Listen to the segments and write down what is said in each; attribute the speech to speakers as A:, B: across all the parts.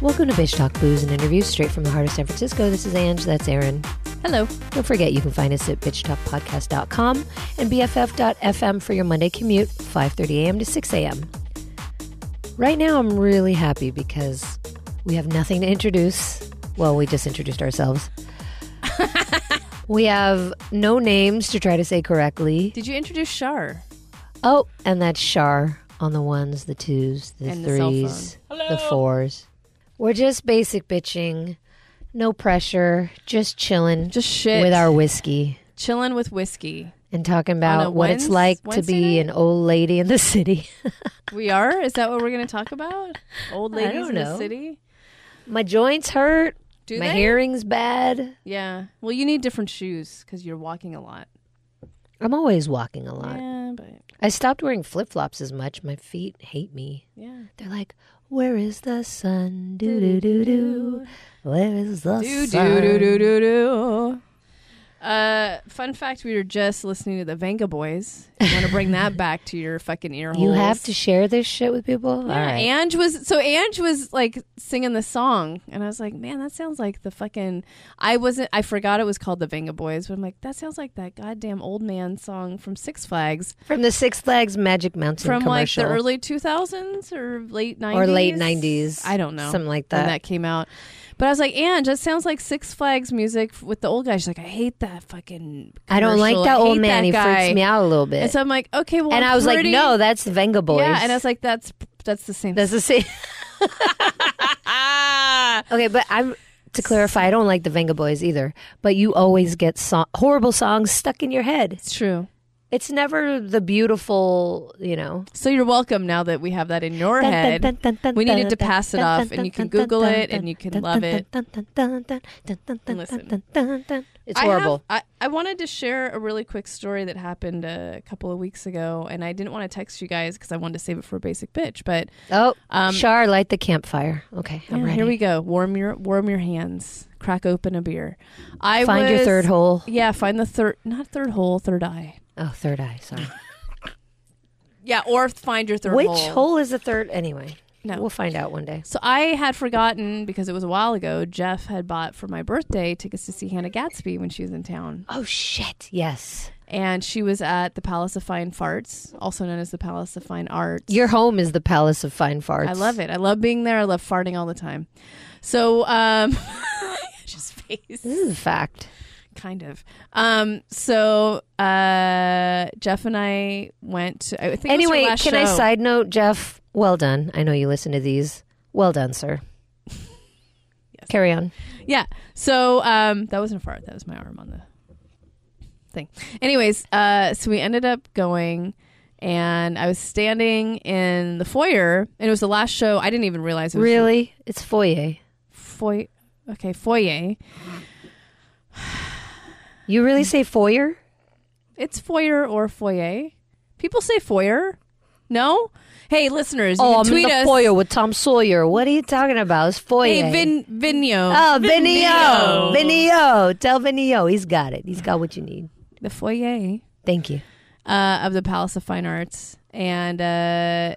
A: Welcome to Bitch Talk Booze and Interviews straight from the heart of San Francisco. This is Ange, that's Aaron.
B: Hello.
A: Don't forget you can find us at bitchtalkpodcast.com and bff.fm for your Monday commute, 5:30 a.m. to 6 a.m. Right now I'm really happy because we have nothing to introduce. Well, we just introduced ourselves. we have no names to try to say correctly.
B: Did you introduce Shar?
A: Oh, and that's Shar on the ones, the twos, the
B: And the cell
A: threes, the fours. We're just basic bitching. No pressure, just chilling
B: Just shit.
A: with our whiskey
B: chilling with whiskey.
A: and talking
B: a
A: about what it's
B: Wednes-
A: like to
B: Wednesday
A: be
B: night?
A: an old lady in the city.
B: We are. Is that what we're going to talk about? Old
A: I
B: ladies
A: don't
B: in
A: know.
B: the city.
A: My joints hurt.
B: Do
A: my
B: they?
A: hearing's bad.
B: Yeah. Well, you need different shoes because you're walking a lot.
A: I'm always walking a lot.
B: Yeah, but
A: I stopped wearing flip flops as much. My feet hate me.
B: yeah.
A: They're like, where is the sun? Do do do do. Where is the
B: Do do
A: sun?
B: do do do do. Uh, fun fact: We were just listening to the Vanga Boys. You want to bring that back to your fucking ear holes?
A: You have to share this shit with people. All
B: Yeah,
A: right.
B: Ange was so Ange was like singing the song, and I was like, man, that sounds like the fucking. I wasn't. I forgot it was called the Venga Boys, but I'm like, that sounds like that goddamn old man song from Six Flags
A: From the Six Flags Magic Mountain
B: from like the
A: commercial.
B: early 2000s or late 90s
A: or late 90s.
B: I don't know
A: Something like
B: when
A: that.
B: that came out. But I was like, Ange, that sounds like Six Flags music f- with the old guy. She's like, I hate that fucking.
A: I don't like
B: commercial.
A: that
B: I
A: old
B: hate
A: man.
B: that
A: he
B: guy."
A: freaks me out a little bit.
B: And so I'm like, okay, well,
A: and
B: I'm
A: I was
B: pretty-
A: like, no, that's the Venga Boys.
B: Yeah, and I was like, that's that's the same.
A: that's the same.
B: ah.
A: Okay, but I'm to clarify, I don't like the Venga Boys either. But you always get so- horrible songs stuck in your head.
B: It's true.
A: It's never the beautiful, you know.
B: So you're welcome now that we have that in your head. We needed to pass it off, and you can Google it, and you can love it. Listen.
A: It's horrible.
B: I, have, I, I wanted to share a really quick story that happened a couple of weeks ago, and I didn't want to text you guys because I wanted to save it for Basic Bitch. But
A: Oh,
B: um,
A: Char, light the campfire. Okay, I'm
B: yeah,
A: ready.
B: here we go. Warm your warm your hands. Crack open a beer. I
A: Find your
B: was-
A: third hole.
B: Yeah, find the third, not third hole, third eye.
A: Oh, third eye. Sorry.
B: Yeah, or find your third
A: Which
B: hole.
A: hole is the third? Anyway,
B: No.
A: we'll find out one day.
B: So I had forgotten because it was a while ago. Jeff had bought for my birthday tickets to see Hannah Gatsby when she was in town,
A: Oh shit! Yes,
B: and she was at the Palace of Fine Farts, also known as the Palace of Fine Arts.
A: your home is the Palace of Fine Farts.
B: I love it. I love being there. I love farting all the time. So, um, just face
A: This is a fact.
B: kind of. Um, so uh, Jeff and I went. To, I think it was her
A: Anyway,
B: last
A: can I
B: show.
A: side note, Jeff? Well done. I know you listen to these. Well done, sir. Carry on.
B: Yeah. So um, that wasn't a fart. That was my arm on the thing. Anyways, uh, so we ended up going, and I was standing in the foyer, and it was the last show. I didn't even realize it was
A: Really? It's foyer.
B: foyer. Okay, foyer.
A: You really say foyer?
B: It's foyer or foyer. People say foyer. No. Hey, listeners, you
A: Oh,
B: can
A: I'm
B: tweet
A: in the
B: us.
A: foyer with Tom Sawyer. What are you talking about? It's foyer.
B: Hey, Vin Vinio.
A: oh, Vinio. Vinio. Tell Vinio. He's got it. He's got what you need.
B: The foyer.
A: Thank you.
B: uh, of the Palace of Fine Arts, and uh,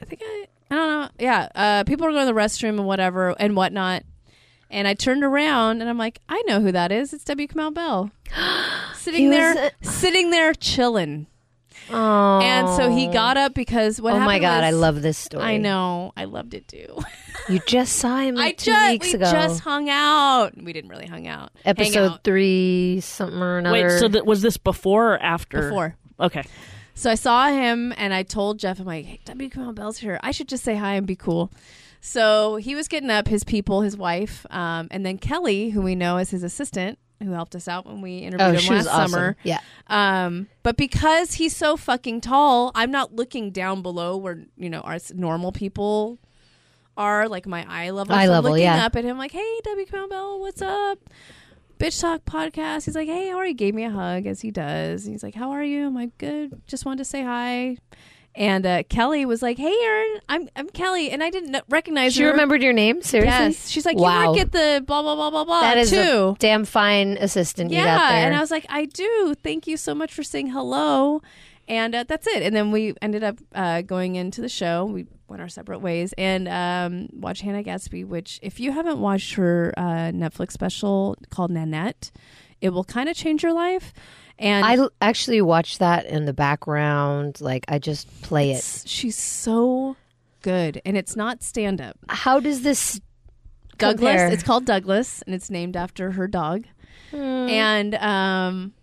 B: I think I, I don't know, yeah, uh, people were going to the restroom and whatever and whatnot, and I turned around and I'm like, I know who that is. It's W. Kamau Bell,
A: He
B: sitting
A: was
B: there,
A: a-
B: sitting there chilling.
A: Oh.
B: And so he got up because what?
A: oh my
B: happened
A: God, I
B: was-
A: love this story.
B: I know, I loved it too.
A: You just saw him
B: I
A: two
B: just
A: weeks
B: we
A: ago.
B: just hung out. We didn't really hung out. Hang
A: Episode
B: out
A: three, something or another.
C: Wait, so th- was this before or after?
B: before.
C: Okay.
B: So I saw him and I told Jeff, I'm like, hey, W. Kamau Bell's here. I should just say hi and be cool. So he was getting up, his people, his wife, um, and then Kelly, who we know as his assistant, who helped us out when we interviewed
A: oh,
B: him
A: she was
B: last
A: awesome.
B: summer.
A: Yeah.
B: Um, but because he's so fucking tall, I'm not looking down below where, you know, us normal people are, like my eye level.
A: Eye
B: so
A: level,
B: looking
A: yeah.
B: up at him like, hey, W. Kamau Bell, what's up? Bitch Talk podcast. He's like, hey, how are you? Gave me a hug as he does. And he's like, how are you? I'm like, good. Just wanted to say hi. And uh, Kelly was like, hey, Aaron, I'm, I'm Kelly. And I didn't kn- recognize
A: She
B: her.
A: remembered your name? Seriously?
B: Yes. She's like, you
A: Wow.
B: work at the blah, blah, blah, blah, blah,
A: That is
B: too.
A: a damn fine assistant you got there.
B: and I was like, I do. Thank you so much for saying hello. and uh, that's it. And then we ended up uh, going into the show. We went our separate ways and um, watched Hannah Gatsby, which, if you haven't watched her uh, Netflix special called Nanette, it will kind of change your life. And
A: I l- actually watch that in the background. Like I just play it.
B: it's- she's so good, and it's not stand up.
A: How does this
B: Douglas.
A: compare?
B: It's called Douglas, and it's named after her dog.
A: Hmm.
B: And um,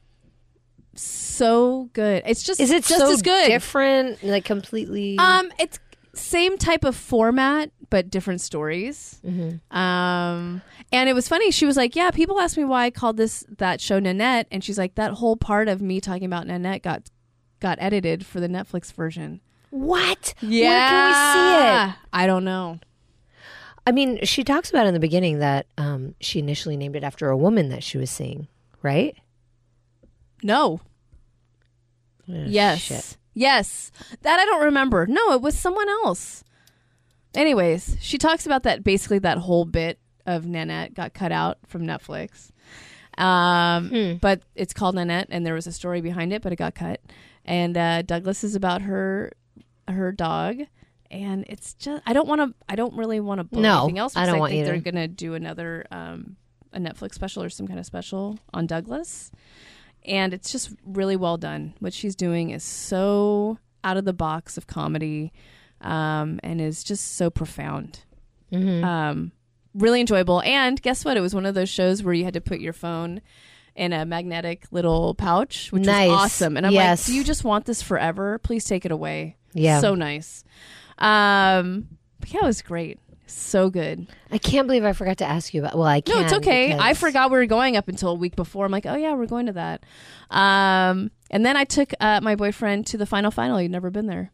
B: so good. It's just
A: Is it
B: just
A: so
B: as good?
A: Different, like completely.
B: Um, it's same type of format but different stories.
A: Mhm.
B: Um, and it was funny. She was like, "Yeah, people asked me why I called this that show Nanette," and she's like, "That whole part of me talking about Nanette got got edited for the Netflix version."
A: What?
B: Yeah,
A: Where can we see it?
B: I don't know.
A: I mean, she talks about in the beginning that um, she initially named it after a woman that she was seeing, right?
B: No. yes.
A: Shit.
B: Yes. That I don't remember. No, it was someone else. Anyways, she talks about that basically that whole bit of Nanette got cut out from Netflix. Um, But it's called Nanette, and there was a story behind it, but it got cut. And uh, Douglas is about her her dog, and it's just I don't want to I don't really want to blow
A: No,
B: anything else.
A: I
B: because
A: don't want
B: think they're
A: either.
B: gonna do another um, a Netflix special or some kind of special on Douglas, and it's just really well done. What she's doing is so out of the box of comedy, um, and is just so profound.
A: Mm-hmm.
B: Um, really enjoyable. And guess what? It was one of those shows where you had to put your phone in a magnetic little pouch, which
A: Nice.
B: was awesome. And I'm
A: Yes.
B: like, do you just want this forever? Please take it away.
A: Yeah.
B: So nice. Um, but yeah, it was great. So good.
A: I can't believe I forgot to ask you about. Well, I
B: No,
A: can't.
B: it's okay. I
A: because-
B: forgot we were going up until a week before. I'm like, oh yeah, we're going to that. Um, and then I took uh, my boyfriend to the final final. You'd never been there.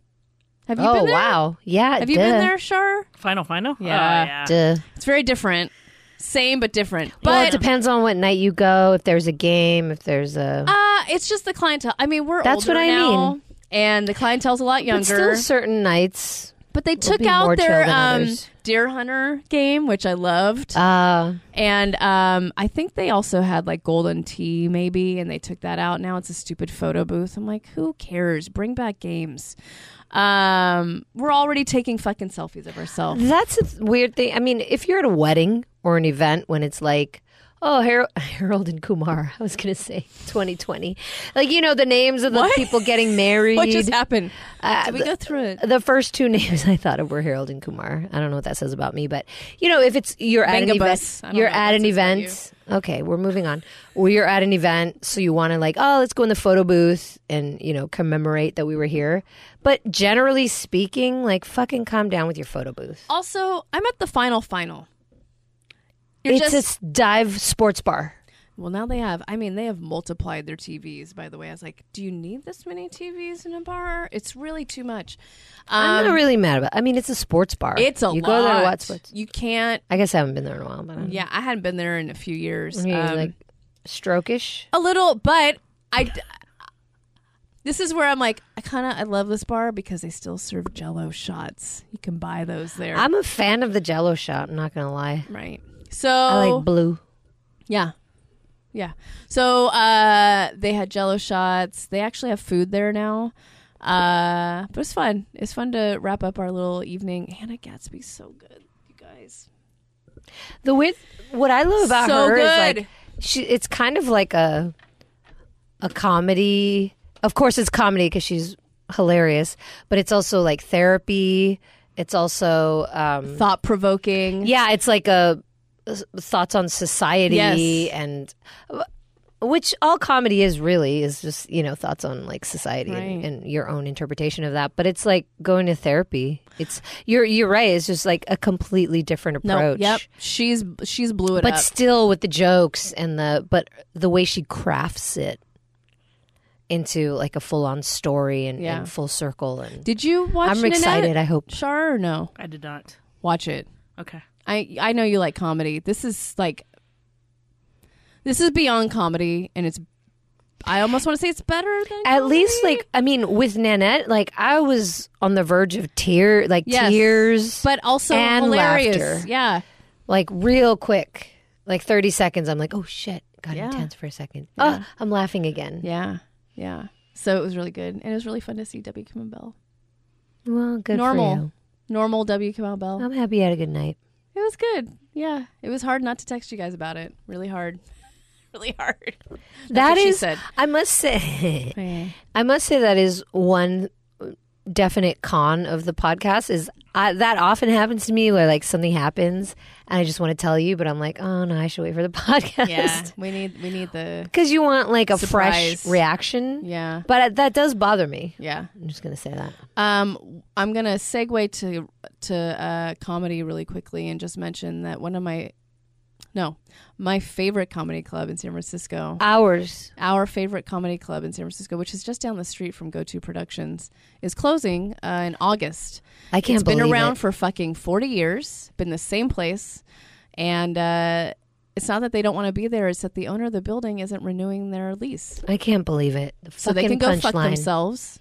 B: Have you
A: Oh
B: been there?
A: wow! Yeah.
B: Have you
A: duh.
B: been there, Shar?
C: Final, final.
B: Yeah.
C: Uh, yeah.
A: Duh.
B: It's very different. Same but different. But
A: well, it depends on what night you go. If there's a game, if there's a.
B: Uh, it's just the clientele. I mean, we're
A: That's what
B: older
A: I
B: now,
A: mean.
B: and the clientele's a lot
A: but
B: younger.
A: still, certain nights.
B: But they took
A: be more
B: out their
A: chill than
B: um,
A: others.
B: deer hunter game, which I loved,
A: Uh,
B: and um, I think they also had like golden tea maybe, and they took that out. Now it's a stupid photo booth. I'm like, who cares? Bring back games. Um, we're already taking fucking selfies of ourselves.
A: that's a th- weird thing. I mean, if you're at a wedding or an event when it's like. Oh, Har- Harold and Kumar. I was gonna say 2020, like you know the names of the
B: What?
A: people getting married.
B: What just happened?
A: Uh,
B: Did we go through it?
A: the first two names I thought of were Harold and Kumar. I don't know what that says about me, but you know, if it's you're at an
B: Bangabus.
A: event,
B: I don't
A: you're
B: know what
A: at
B: that
A: an
B: says about
A: event. Okay, we're moving on. Well, you're at an event, so you want to like, oh, let's go in the photo booth and you know commemorate that we were here. But generally speaking, like, fucking calm down with your photo booth.
B: Also, I'm at the final final. You're
A: It's
B: just-
A: a s- dive sports bar.
B: Well, now they have. I mean, they have multiplied their TVs. By the way, I was like, "Do you need this many TVs in a bar? It's really too much."
A: I'm
B: Um,
A: not really mad about. I mean, it's a sports bar.
B: it's a
A: you
B: lot.
A: go there to watch sports.
B: You can't.
A: I guess I haven't been there in a while, but I don't
B: Yeah, I hadn't been there in a few years.
A: know. Maybe,
B: Um,
A: like strokish.
B: a little, but I. d- This is where I'm like, I kind of I love this bar because they still serve Jello shots. You can buy those there,
A: I'm a fan of the Jello shot. I'm not gonna lie.
B: right? So
A: I like blue.
B: Yeah. Yeah. So uh, they had jello shots. They actually have food there now. Uh, but it's fun. It's fun to wrap up our little evening. Hannah Gatsby's so good, you guys.
A: The weird, what I love about
B: So
A: her is
B: good.
A: like she. It's kind of like a a comedy. Of course, it's comedy because she's hilarious, but it's also like therapy. It's also um,
B: Thought provoking.
A: yeah, it's like a thoughts on society
B: Yes.
A: and which all comedy is really is just you know thoughts on like society and,
B: Right.
A: and your own interpretation of that. But it's like going to therapy. It's you're you're right. It's just like a completely different
B: No.
A: approach
B: Yep. She's she's blew it
A: but
B: up.
A: still with the jokes and the but the way she crafts it into like a full on story and,
B: Yeah.
A: and full circle and
B: Did you watch?
A: I'm excited.
B: Nanette?
A: I hope
B: Char or no?
C: I did not.
B: Watch it.
C: Okay.
B: I I know you like comedy. This is like. This is beyond comedy, and it's. I almost want to say it's better than
A: at least
B: comedy.
A: like I mean with Nanette like I was on the verge of tear like
B: Yes.
A: tears
B: but also
A: and
B: hilarious.
A: laughter.
B: Yeah.
A: like real quick like 30 seconds I'm like oh shit got
B: Yeah.
A: intense for a second
B: Yeah.
A: oh I'm laughing again
B: Yeah. Yeah. So it was really good, and it was really fun to see W. Kimmel Bell.
A: Well, good
B: Normal.
A: for you. Oh.
B: Normal W. Kimmel Bell.
A: I'm happy you had a good night.
B: It was good. Yeah, it was hard not to text you guys about it. Really hard. really hard.
A: That
B: what she
A: is,
B: said.
A: I must say,
B: Yeah.
A: I must say that is one definite con of the podcast is I, that often happens to me where like something happens and I just want to tell you, but I'm like, oh no, I should wait for the podcast
B: we need we need the
A: because you want like a
B: Surprise.
A: fresh reaction.
B: yeah
A: But that does bother me.
B: yeah.
A: I'm just gonna say that.
B: Um, I'm gonna segue to to uh, comedy really quickly and just mention that one of my no my favorite comedy club in San Francisco.
A: Ah. Hours.
B: our favorite comedy club in San Francisco, which is just down the street from Go To Productions, is closing uh, in August.
A: I can't
B: It's been
A: believe
B: around
A: it.
B: for fucking 40 years, been the same place. And uh, it's not that they don't want to be there, it's that the owner of the building isn't renewing their lease.
A: I can't believe it. The
B: So they
A: fucking
B: can go fuck
A: punchline.
B: themselves.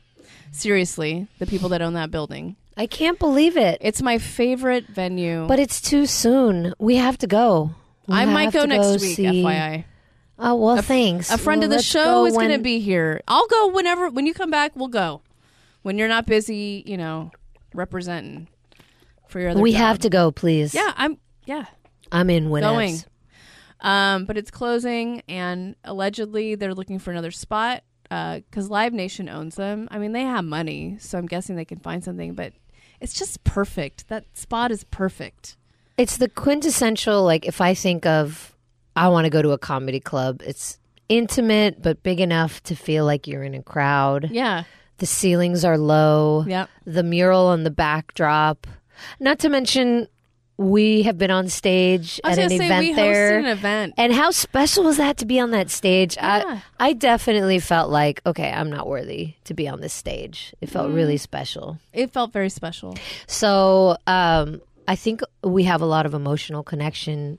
B: Seriously, the people that own that building.
A: I can't believe it.
B: It's my favorite venue.
A: But it's too soon. We have to go. We
B: I might
A: have
B: go
A: to
B: next week,
A: see-
B: FYI.
A: Oh well,
B: A-
A: thanks.
B: A friend
A: Well,
B: of the
A: let's
B: show
A: go
B: is going to
A: when-
B: be here. I'll go whenever when you come back. We'll go when you're not busy. You know, representing for your other.
A: We
B: job.
A: have to go, please.
B: Yeah, I'm. Yeah,
A: I'm in winners.
B: going. Um, but it's closing, and allegedly they're looking for another spot because Live Nation owns them. I mean, they have money, so I'm guessing they can find something. But it's just perfect. That spot is perfect.
A: It's the quintessential. Like if I think of, I want to go to a comedy club. It's intimate but big enough to feel like you're in a crowd.
B: Yeah.
A: The ceilings are low.
B: Yep.
A: The mural on the backdrop. Not to mention, we have been on stage
B: I was
A: at an
B: gonna say
A: event
B: we
A: there.
B: hosted an event.
A: and how special was that to be on that stage?
B: Yeah.
A: I I definitely felt like, okay, I'm not worthy to be on this stage. It felt really
B: Mm.
A: special.
B: It felt very special.
A: So um, I think we have a lot of emotional connection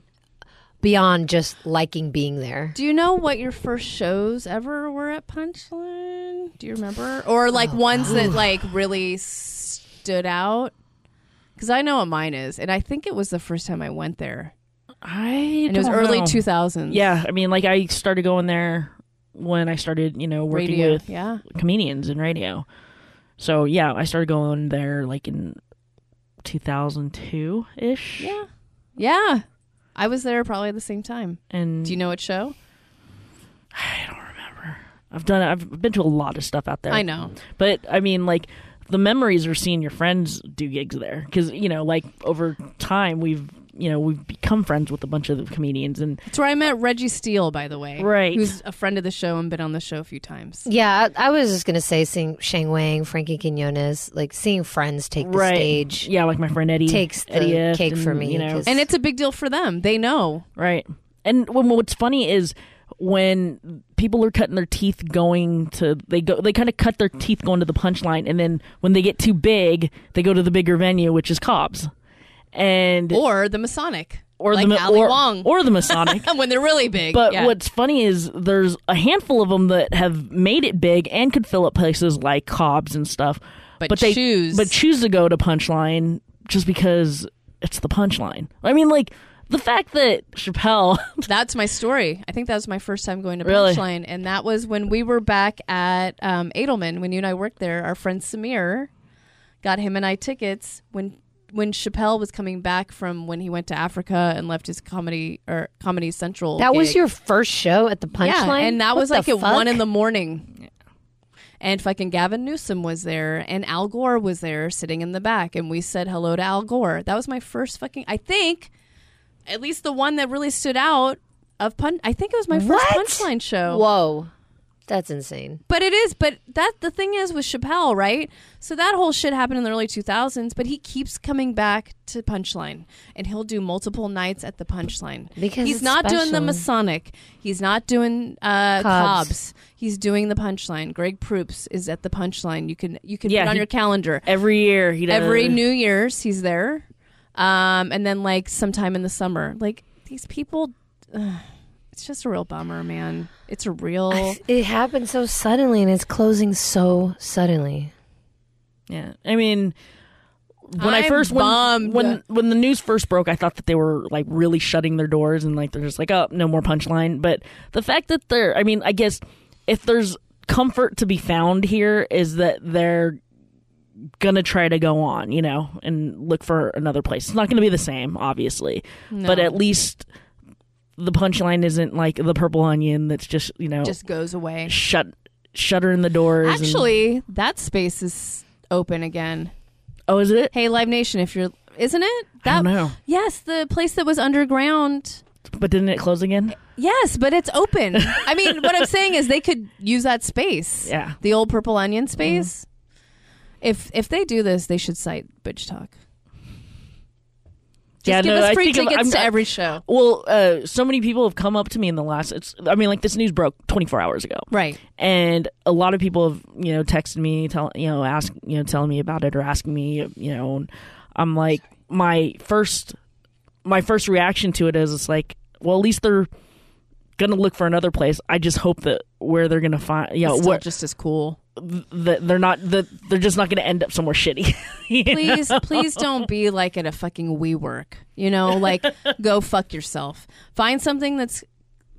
A: beyond just liking being there.
B: Do you know what your first shows ever were at Punchline? Do you remember? Or like
C: Oh,
B: ones that like really stood out? Because I know what mine is, and I think it was the first time I went there,
C: I
B: and it was
C: don't
B: early
C: know.
B: two thousands.
C: Yeah, I mean, like I started going there when I started, you know, working
B: radio.
C: with
B: Yeah,
C: comedians in radio. So yeah, I started going there like in 2002 ish.
B: yeah, yeah. I was there probably at the same time.
C: and
B: Do you know what show?
C: I've done. I've been to a lot of stuff out there.
B: I know.
C: but I mean, like the memories are seeing your friends do gigs there because you know, like over time we've you know we've become friends with a bunch of the comedians and
B: It's where I met Reggie Steele, by the way.
C: Right.
B: who's a friend of the show and been on the show a few times.
A: Yeah, I, I was just gonna say seeing Shang Wang, Frankie Quinones, like seeing friends take the
C: right
A: stage.
C: Yeah, like my friend Eddie
A: Takes the
C: Eddie F,
A: cake for
C: and,
A: me,
C: You know,
A: 'cause-
B: And it's a big deal for them. They know.
C: Right. And when, what's funny is when people are cutting their teeth going to they go they kind of cut their teeth going to the punchline and then when they get too big they go to the bigger venue which is Cobb's and
B: Or the Masonic.
C: or
B: Oh, like
C: the
B: Ali
C: or,
B: Wong.
C: or the Masonic.
B: when they're really big.
C: But
B: yeah.
C: what's funny is there's a handful of them that have made it big and could fill up places like Cobb's and stuff,
B: But
C: they
B: choose-
C: but choose to go to Punchline just because it's the Punchline. I mean, like the fact that Chappelle
B: that's my story. I think that was my first time going to
C: Really?
B: Punchline, and that was when we were back at um, Edelman when you and I worked there. Our friend Samir got him and I tickets when when Chappelle was coming back from when he went to Africa and left his comedy or Comedy Central.
A: That was
B: gig.
A: your first show at the punchline,
B: yeah, and that
A: What
B: was
A: the
B: like at
A: fuck?
B: one in the morning. And fucking Gavin Newsom was there, and Al Gore was there sitting in the back, and we said hello to Al Gore. That was my first fucking. I think, at least the one that really stood out of pun. I think it was my first
A: What?
B: punchline show.
A: Whoa, that's insane.
B: But it is, but that the thing is with Chappelle, right? So that whole shit happened in the early 2000s, but he keeps coming back to Punchline and he'll do multiple nights at the Punchline.
A: Because
B: he's
A: it's
B: not doing the
A: special.
B: Masonic, he's not doing uh
A: Cobb's.
B: Cobb's. He's doing the Punchline. Greg Proops is at the Punchline. You can you can
C: Yeah,
B: put it on
C: he-
B: your calendar.
C: every year he does
B: Every New Year's he's there. Um and then like sometime in the summer. Like these people ugh, it's just a real bummer, man. It's a real
A: It happened so suddenly, and it's closing so suddenly.
C: Yeah, I mean, when i
B: I'm
C: first when,
B: bummed.
C: when when the news first broke, I thought that they were like really shutting their doors and like they're just like, oh, no more punchline. But the fact that they're, I mean, I guess if there's comfort to be found here is that they're gonna try to go on, you know, and look for another place. It's not gonna be the same, obviously, but
B: No.
C: at least the punchline isn't like the purple onion that's just you know
B: just goes away.
C: shut shuttering the doors. and-
B: Actually, that space is open again.
C: oh, is it?
B: Hey, Live Nation, if you're, isn't it?
C: I
B: That
C: don't know.
B: yes, the place that was underground.
C: But didn't it close again?
B: Yes, but it's open. I mean, what I'm saying is they could use that space,
C: Yeah. Mm-hmm.
B: the old Purple Onion space. If if they do this, they should cite Bitch Talk. Just
C: Yeah,
B: give
C: no,
B: us
C: I
B: free
C: think I'm-
B: tickets
C: I'm-
B: to
C: I-
B: every show.
C: Well, uh, so many people have come up to me in the last. It's, I mean, like this news broke 24 hours ago,
B: Right.
C: and a lot of people have you know texted me, tell you know, ask you know, telling me about it or asking me, you know, and I'm like, my first, my first reaction to it is, it's like, well, at least they're gonna look for another place. I just hope that where they're gonna find, you know,
B: It's still
C: where,
B: just as cool.
C: that they're not, that they're just not gonna end up somewhere shitty. You know?
B: please please don't be like at a fucking we work you know like go fuck yourself find something that's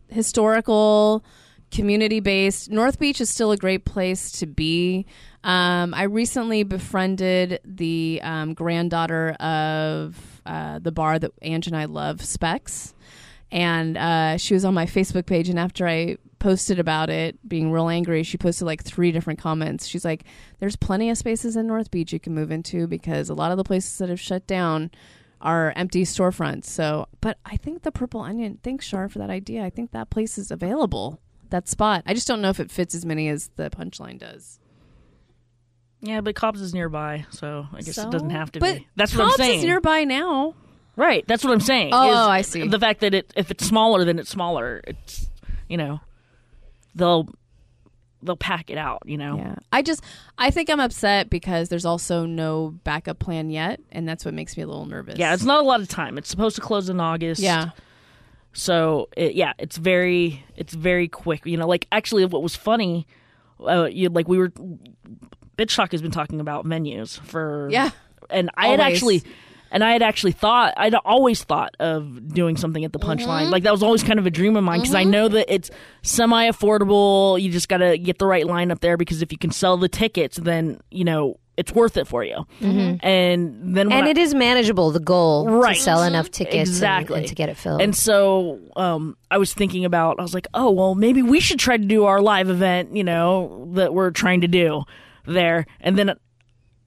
B: historical community based north beach is still a great place to be um, i recently befriended the um, granddaughter of uh, the bar that ange and i love specs and uh, she was on my facebook page and after i posted about it being real angry she posted like three different comments she's like there's plenty of spaces in North Beach you can move into because a lot of the places that have shut down are empty storefronts. So, but I think the Purple Onion, thanks Shar for that idea. I think that place is available. That spot. I just don't know if it fits as many as the Punchline does.
C: Yeah, but Cobb's is nearby, so I guess
B: So?
C: it doesn't have to
B: But
C: be. That's what
B: Cobb's
C: I'm saying.
B: is nearby now.
C: Right. That's what I'm saying.
B: Oh,
C: is
B: oh, I see.
C: The fact that it if it's smaller, then it's smaller. It's you know, they'll they'll pack it out. You know.
B: Yeah. I just I think I'm upset because there's also no backup plan yet, and that's what makes me a little nervous.
C: Yeah, It's not a lot of time. It's supposed to close in August.
B: yeah.
C: So it, yeah, it's very it's very quick. You know, like actually, what was funny, uh, you like we were, Bitch Talk has been talking about menus for
B: Yeah.
C: and I had
B: Always.
C: actually. And I had actually thought I'd always thought of doing something at the
A: Mm-hmm.
C: punchline. Like that was always kind of a dream of mine because I know that it's semi affordable. You just gotta get the right line up there because if you can sell the tickets, then you know it's worth it for you. And then when
A: Mm-hmm. And
C: I-
A: it is manageable, the goal
C: Right.
A: to sell enough tickets and-
C: Exactly.
A: and to get it filled.
C: And so um, I was thinking about, I was like, oh, well, maybe we should try to do our live event, you know, that we're trying to do there. And then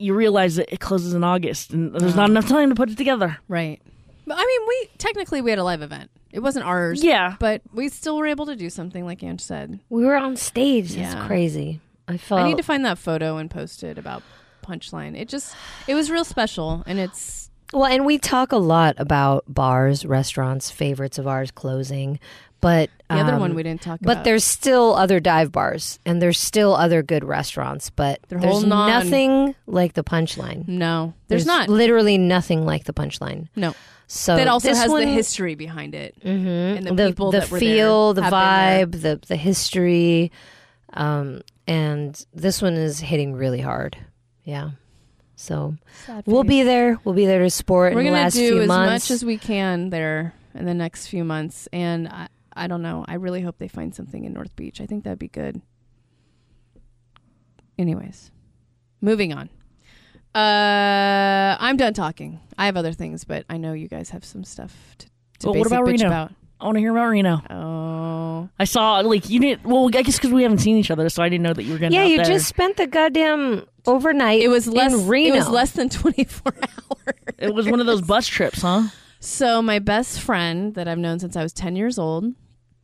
C: you realize that it closes in August and there's
A: Uh-huh.
C: not enough time to put it together.
B: Right. But I mean we technically we had a live event. It wasn't ours.
C: Yeah.
B: But we still were able to do something like Ange said.
A: we were on stage. It's
B: Yeah.
A: crazy. I felt.
B: I need to find that photo and post it about Punchline. It just, it was real special, and it's
A: Well, and we talk a lot about bars, restaurants, favorites of ours closing, but
B: the other
A: um,
B: one we didn't talk
A: But
B: about.
A: there's still other dive bars, and there's still other good restaurants, but
B: They're
A: there's
B: holding on.
A: nothing like the Punchline.
B: no, there's, not.
A: literally nothing like the Punchline.
B: no,
A: So
B: that also
A: this
B: has
A: one,
B: the history behind it
A: mhm,
B: and the, people
A: the
B: that were
A: feel,
B: there
A: the
B: have been
A: vibe, the the history, um, and this one is hitting really hard. Yeah, so
B: there.
A: we'll be there. We'll be there to support
B: We're
A: in the
B: gonna
A: last
B: do
A: few
B: as
A: months.
B: much as we can there in the next few months, and I, I don't know. I really hope they find something in North Beach. I think that'd be good. Anyways, moving on. Uh, I'm done talking. I have other things, but I know you guys have some stuff to. to
C: Well, what
B: basic
C: about
B: bitch
C: Reno?
B: About.
C: I want to hear about Reno.
B: Oh,
C: I saw, like, you didn't, well, I guess because we haven't seen each other, so I didn't know that you were going to
A: yeah, you just spent the goddamn overnight.
B: it was less.
A: in Reno.
B: It was less than twenty four hours.
C: It was one of those bus trips, huh?
B: So my best friend that I've known since I was ten years old,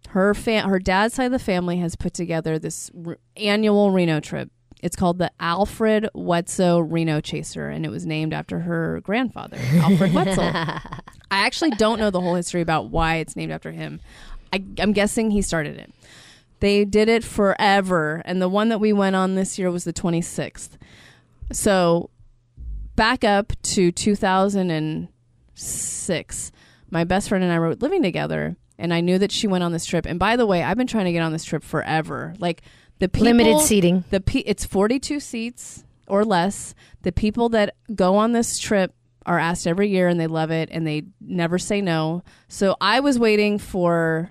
B: her fa- her dad's side of the family has put together this r- annual Reno trip. It's called the Alfred Wetzel Reno Chaser, and it was named after her grandfather, Alfred Wetzel. I actually don't know the whole history about why it's named after him. I, I'm guessing he started it. They did it forever, and the one that we went on this year was the 26th. So back up to 2006 my best friend and i were living together and i knew that she went on this trip and by the way i've been trying to get on this trip forever like the people,
A: limited seating.
B: the pe- it's 42 seats or less the people that go on this trip are asked every year and they love it and they never say no so i was waiting for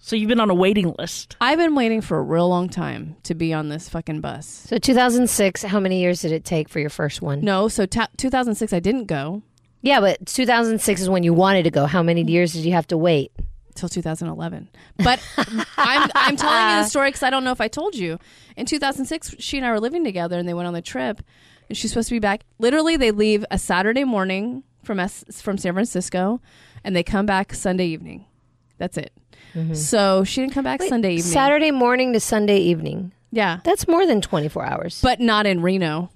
C: So you've been on a waiting list.
B: I've been waiting for a real long time to be on this fucking bus.
A: So 2006, how many years did it take for your first one?
B: No, so ta 2006 I didn't go
A: Yeah, but 2006 is when you wanted to go. How many years did you have to wait?
B: till 2011. But I'm I'm telling you the story because I don't know if I told you. In 2006, she and I were living together, and they went on the trip. And she's supposed to be back. Literally, they leave a Saturday morning from S- from San Francisco, and they come back Sunday evening. That's it.
C: Mm-hmm.
B: So she didn't come back Sunday evening.
A: Saturday morning to Sunday evening.
B: yeah,
A: That's more than 24 hours.
B: but not in Reno.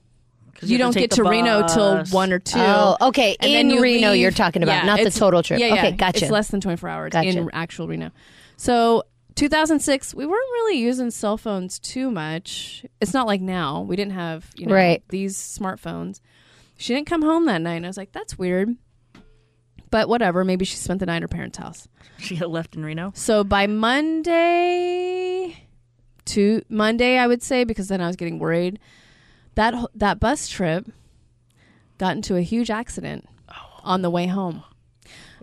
B: You,
C: have to
B: don't get
C: take the
B: to Reno till
C: bus.
B: one or two.
A: Oh, okay.
B: um, And
A: in
B: then you
A: Reno,
B: leave-
A: you're talking about,
B: Yeah,
A: not the
B: it's-
A: total trip.
B: Yeah, yeah.
A: Okay, gotcha.
B: It's less than 24 hours in
A: Gotcha.
B: actual Reno. So 2006, we weren't really using cell phones too much. It's not like now. We didn't have you know
A: Right.
B: these smartphones. She didn't come home that night. And I was like, that's weird. But whatever. Maybe she spent the night at her parents' house.
C: She got left in Reno.
B: So by Monday, to Monday, I would say, because then I was getting worried. That wh- that bus trip got into a huge accident on the way home.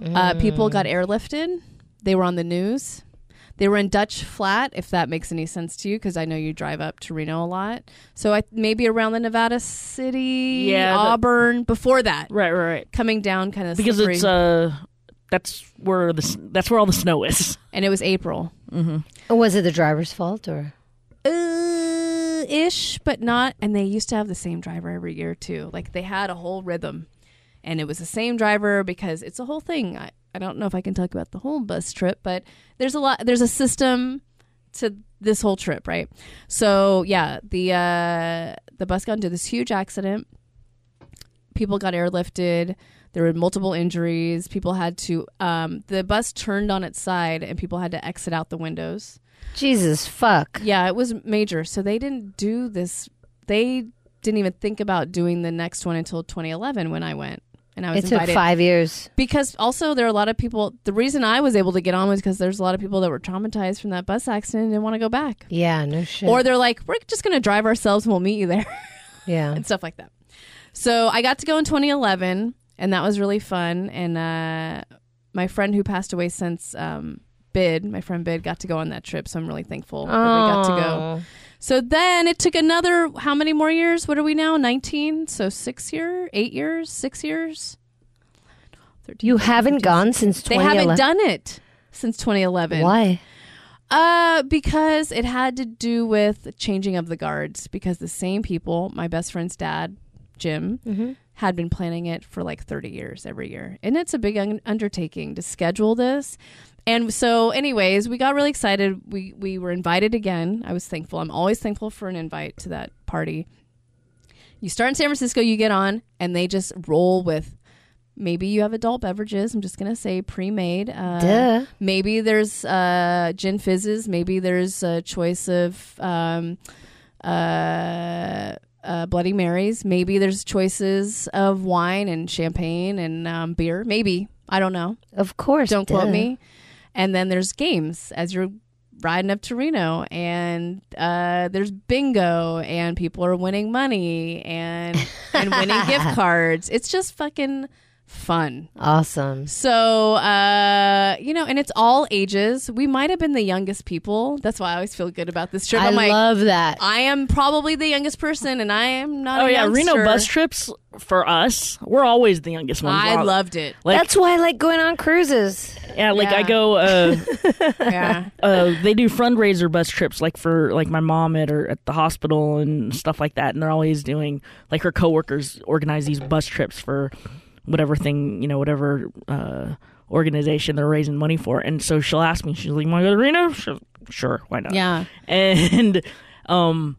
B: Uh, people got
C: Mm.
B: airlifted. They were on the news. They were in Dutch Flat, if that makes any sense to you, because I know you drive up to Reno a lot. So I maybe around the Nevada City,
C: Yeah, the-
B: Auburn, before that,
C: Right, right, right.
B: coming down kind of
C: Because it's uh, that's where the s- that's where all the snow is. Oh,
B: and it was April.
A: Was it the driver's fault or?
B: uh, ish, but not. And they used to have the same driver every year too. Like they had a whole rhythm, and it was the same driver because it's a whole thing. I, I don't know if I can talk about the whole bus trip, but there's a lot. There's a system to this whole trip, right? So yeah, the uh, the bus got into this huge accident. People got airlifted. There were multiple injuries. People had to. Um, the bus turned on its side, and people had to exit out the windows.
A: Jesus fuck.
B: Yeah, it was major. So they didn't do this. They didn't even think about doing the next one until 2011 when I went and I was
A: It took
B: invited.
A: five years.
B: Because also there are a lot of people. The reason I was able to get on was because there's a lot of people that were traumatized from that bus accident and didn't want to go back.
A: Yeah, no shit.
B: Or they're like, we're just going to drive ourselves and we'll meet you there
A: yeah.
B: and stuff like that. So I got to go in 2011, and that was really fun. And uh, my friend who passed away since um, Bid, my friend Bid, got to go on that trip. So I'm really thankful that we got to go.
A: Aw.
B: So then it took another how many more years? What are we now? 19? So 6 year, 8 years, 6 years. 13,
A: You haven't gone since
B: They haven't
A: 2011?
B: done it since 2011.
A: Why?
B: Uh because it had to do with changing of the guards because the same people, my best friend's dad, Jim, had been planning it for like 30 years every year. And it's a big un- undertaking to schedule this. And so anyways, we got really excited. We we were invited again. I was thankful. I'm always thankful for an invite to that party. You start in San Francisco, you get on and they just roll with maybe you have adult beverages. I'm just going to say pre-made uh
A: Duh.
B: maybe there's uh, gin fizzes. Maybe there's a choice of um, uh, uh, Bloody Marys. Maybe there's choices of wine and champagne and um, beer. Maybe I don't know.
A: Of course.
B: Don't quote
A: duh.
B: me. And then there's games as you're riding up to Reno, and uh, there's bingo, and people are winning money and and winning gift cards. It's just fucking fun.
A: Awesome.
B: So, uh, you know, and it's all ages. We might have been the youngest people. That's why I always feel good about this trip.
A: I
B: I'm like,
A: love that.
B: I am probably the youngest person, and I am not.
C: Oh
B: a
C: yeah, Reno
B: youngster.
C: bus trips for us. We're always the youngest ones.
B: I
C: We're-
B: loved it.
C: like-
A: That's why I like going on cruises.
C: Yeah, like I
B: Yeah.
C: go. Uh,
B: Yeah,
C: uh, they do fundraiser bus trips, like for like my mom at her at the hospital and stuff like that. And they're always doing like her coworkers organize these bus trips for whatever thing you know, whatever uh, organization they're raising money for. And so she'll ask me, she's like, "Want to go to Reno?" Sure, sure, why not?
B: yeah.
C: And um,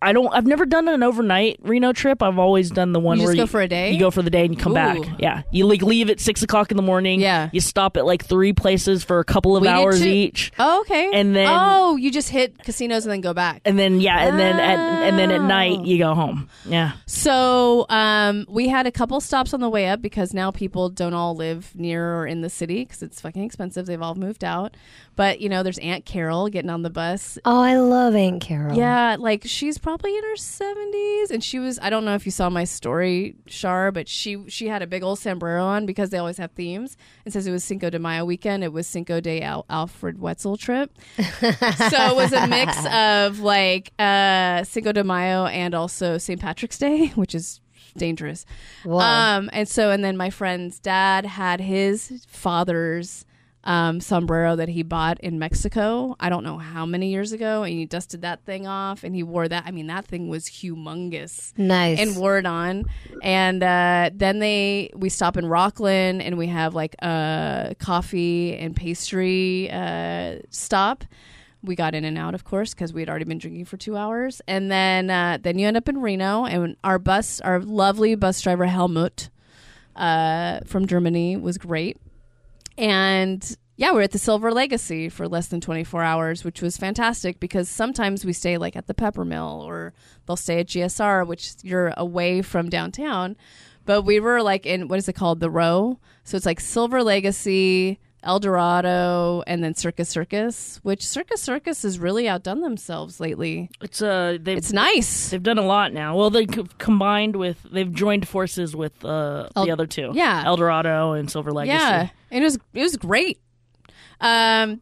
C: I don't. I've never done an overnight Reno trip. I've always done the one
B: You
C: where
B: just go
C: you
B: for a day?
C: You go for the day and you come back.
B: Ooh.
C: Yeah, you like leave at six o'clock in the morning.
B: Yeah.
C: you stop at like three places for a couple of
B: We did
C: hours
B: too.
C: each.
B: Oh, okay.
C: And then-
B: oh, you just hit casinos and then go back.
C: and then yeah, and then at, and then at night you go home. Yeah,
B: So um, we had a couple stops on the way up because now people don't all live near or in the city because it's fucking expensive. They've all moved out. But you know, there's Aunt Carol getting on the bus
A: Oh, I love Aunt Carol.
B: Yeah, like she's she's probably in her 70s and she was I don't know if you saw my story Shar but she she had a big old sombrero on because they always have themes and says it was Cinco de Mayo weekend it was Cinco de Al- Alfred Wetzel trip so it was a mix of like uh Cinco de Mayo and also St. Patrick's Day which is dangerous
A: Whoa.
B: um, and so, and then my friend's dad had his father's um, sombrero that he bought in Mexico. I don't know how many years ago, and he dusted that thing off, and he wore that. I mean, that thing was humongous
A: nice.
B: and wore it on. And uh, then they we stop in Rockland and we have like a coffee and pastry uh, stop. We got in and out, of course, because we had already been drinking for two hours. And then uh, then you end up in Reno, and our bus, our lovely bus driver Helmut uh, from Germany, was great. And yeah, we we're at the Silver Legacy for less than 24 hours, which was fantastic because sometimes we stay like at the Peppermill or they'll stay at GSR, which you're away from downtown. But we were like in what is it called? The Row. So it's like Silver Legacy, El Dorado, and then Circus Circus, which Circus Circus has really outdone themselves lately.
C: It's uh, they've
B: It's nice.
C: they've done a lot now. Well, they co- combined with they've joined forces with uh
B: El-
C: the other two,
B: yeah.
C: El Dorado and Silver Legacy. Oh,
B: Yeah. It was it was great. Um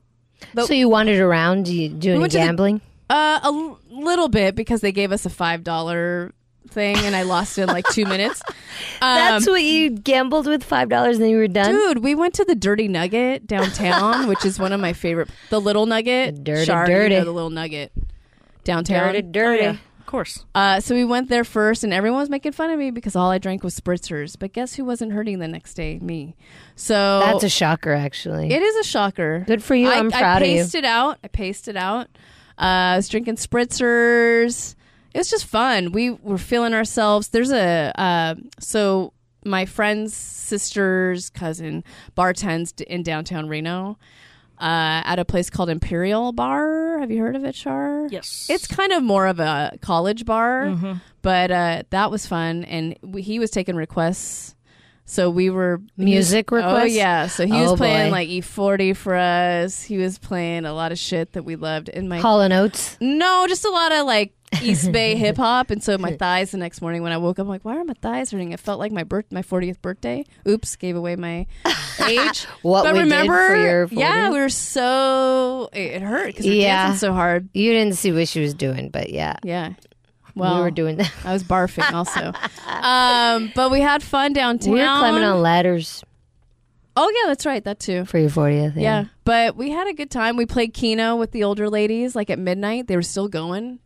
B: but-
A: so you wandered around? Do you do any
B: went to the-
A: gambling?
B: Uh, a l- little bit because they gave us a five dollar thing and I lost it in like two minutes. Um,
A: That's what you gambled with five dollars, and then you were done.
B: dude. We went to the Dirty Nugget downtown, which is one of my favorite. The Little Nugget,
A: The Dirty
B: Shar, you
A: Dirty.
B: know the Little Nugget downtown.
A: dirty,
C: Oh,
A: dirty.
C: yeah, of course.
B: Uh, so we went there first, and everyone was making fun of me because all I drank was spritzers. But guess who wasn't hurting the next day? Me. So
A: That's a shocker, actually.
B: Oh. it is a shocker.
A: Good for you.
B: I,
A: I, am proud
B: I
A: of you.
B: paced it out. I paced it out. Uh, I was drinking spritzers. It was just fun. We were feeling ourselves. There's a uh, so my friend's sister's cousin bartends d- in downtown Reno uh, at a place called Imperial Bar. Have you heard of it, Char?
C: Yes,
B: It's kind of more of a college bar,
A: Mm-hmm.
B: but uh, that was fun. And we, he was taking requests. So we were he was-
A: Music requests?
B: Oh yeah, so he
A: Oh,
B: was playing
A: boy.
B: like E40 for us. He was playing a lot of shit that we loved. And my
A: Hall and Oates.
B: no, just a lot of like East Bay hip hop. And so my thighs the next morning when I woke up, I'm like, why are my thighs hurting? It felt like my birth, my 40th birthday. Oops, gave away my age.
A: What
B: but
A: we did
B: remember,
A: for your 40?
B: yeah, we were so it, it hurt because we were
A: Yeah.
B: dancing so hard.
A: You didn't see what she was doing, but yeah,
B: Yeah. Well,
A: we were doing that.
B: I was barfing also. um, but we had fun downtown.
A: We were climbing on ladders
B: Oh yeah, that's right. That too.
A: for your fortieth.
B: Yeah. But we had a good time. We played Keno with the older ladies like at midnight. They were still going.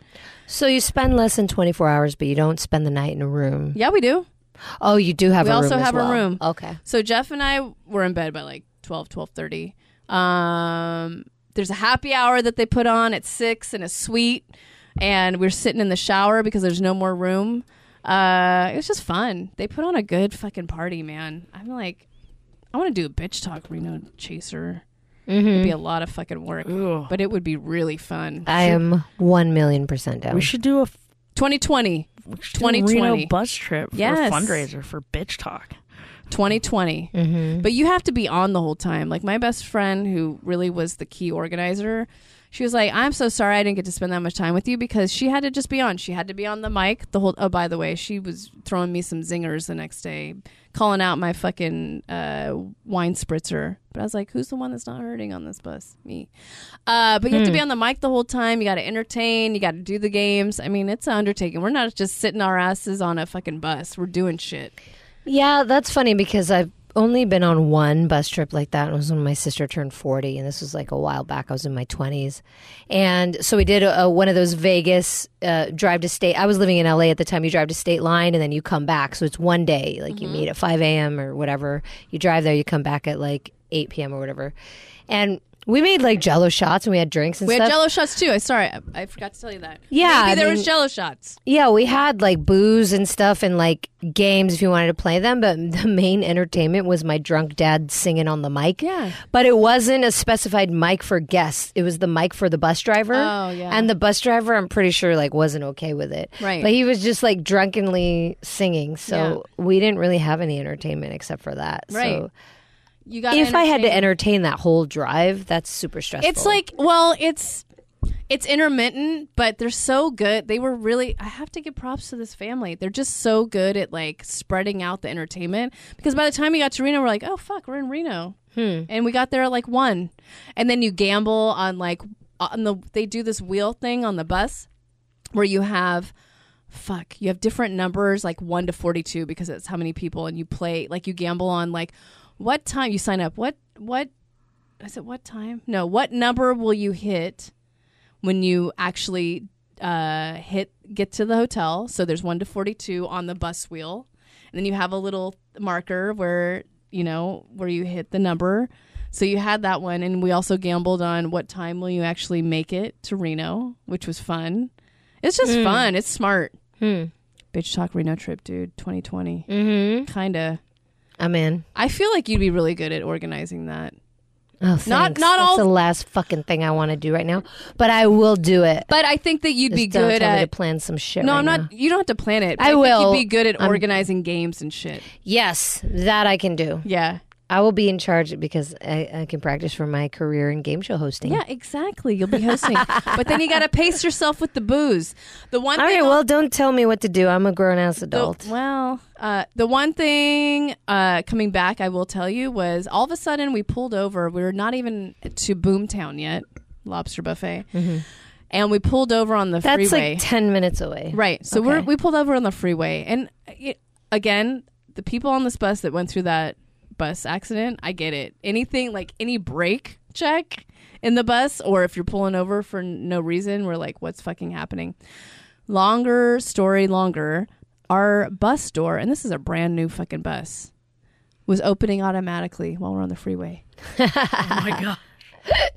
A: So you spend less than twenty four hours, but you don't spend the night in a room.
B: Yeah, we do.
A: Oh, you do have.
B: We
A: a room
B: also
A: as
B: have a
A: well.
B: room.
A: Okay.
B: So Jeff and I were in bed by like 12, 12.30. Um, there's a happy hour that they put on at 6 in a suite. And we're sitting in the shower because there's no more room. Uh, it was just fun. They put on a good fucking party, man. I'm like, I want to do a bitch talk Reno Chaser.
A: Mm-hmm.
B: It'd be a lot of fucking work,
C: Ooh.
B: but it would be really fun.
A: Mm. I am one million percent down.
C: We should do a
B: 2020.
C: we should do a Reno
B: 2020.
C: bus trip for
B: Yes.
C: a fundraiser for bitch talk.
B: 2020.
A: Mm-hmm.
B: But you have to be on the whole time. Like my best friend, who really was the key organizer, she was like, "I'm so sorry I didn't get to spend that much time with you because she had to just be on. She had to be on the mic the whole. Oh, by the way, she was throwing me some zingers the next day, calling out my fucking uh, wine spritzer. But I was like, "Who's the one that's not hurting on this bus? Me." Uh, but you have to be on the mic the whole time. You got to entertain. You got to do the games. I mean, it's an undertaking. We're not just sitting our asses on a fucking bus. We're doing shit.
A: Yeah, that's funny because I've only been on one bus trip like that. and It was when my sister turned 40, and this was like a while back. I was in my 20s. And so we did a, a- one of those Vegas uh, drive to state. I was living in LA at the time. You drive to state line and then you come back. So it's one day. Like
B: Mm-hmm.
A: you meet at 5 a.m. or whatever. You drive there, you come back at like 8 p.m. or whatever. And we made like jello shots and we had drinks and
B: We
A: stuff.
B: had Jello shots too. I sorry, I, I forgot to tell you that.
A: Yeah,
B: maybe
A: I
B: there
A: mean-
B: was Jello shots.
A: Yeah, we had like booze and stuff and like games if you wanted to play them, but the main entertainment was my drunk dad singing on the mic.
B: Yeah.
A: But it wasn't a specified mic for guests. It was the mic for the bus driver.
B: Oh, yeah.
A: And the bus driver I'm pretty sure like wasn't okay with it.
B: Right.
A: But he was just like drunkenly singing. So we didn't really have any entertainment except for that.
B: Right.
A: So
B: You got.
A: if I had to entertain that whole drive, that's super stressful.
B: it's like well, it's it's intermittent, but they're so good. They were really I have to give props to this family. They're just so good at like spreading out the entertainment because by the time we got to Reno, we're like, "Oh fuck, we're in Reno." And we got there at like 1. And then you gamble on like on the they do this wheel thing on the bus where you have fuck you have different numbers like 1 to 42 because it's how many people and you play like you gamble on like what time you sign up what what is it what time no what number will you hit when you actually uh, hit get to the hotel so there's 1 to 42 on the bus wheel and then you have a little marker where you know where you hit the number so you had that one and we also gambled on what time will you actually make it to reno which was fun it's just fun it's smart
A: Hmm.
B: bitch talk reno trip dude 2020
A: Mm-hmm.
B: kinda
A: I'm in.
B: i feel like you'd be really good at organizing that
A: Oh, thanks.
B: Not- not
A: That's
B: all-
A: the last fucking thing I want to do right now, but I will do it.
B: but i think that you'd
A: Just
B: be
A: don't
B: good
A: tell me
B: at
A: to plan some shit.
B: No,
A: right
B: I'm not.
A: now.
B: You don't have to plan it. but
A: I
B: think
A: will.
B: You'd be good at
A: I'm-
B: organizing games and shit.
A: Yes, that I can do.
B: Yeah.
A: I will be in charge because I, I can practice for my career in game show hosting.
B: Yeah, exactly. You'll be hosting, but then you got to pace yourself with the booze. The one.
A: All
B: thing
A: right. Well, don't tell me what to do. I'm a grown ass adult.
B: The, well, uh, the one thing uh, coming back, I will tell you, was all of a sudden we pulled over. We were not even to Boomtown yet, lobster buffet, and we pulled over on the
A: That's
B: Mm-hmm. freeway.
A: like ten minutes away.
B: Right. So we're,
A: Okay.
B: we pulled over on the freeway, and uh, y- again, the people on this bus that went through that bus accident, I get it. Anything like any brake check in the bus, or if you're pulling over for n- no reason, we're like, what's fucking happening? Longer story, longer. Our bus door, and this is a brand new fucking bus, was opening automatically while we're on the freeway.
C: Oh my god.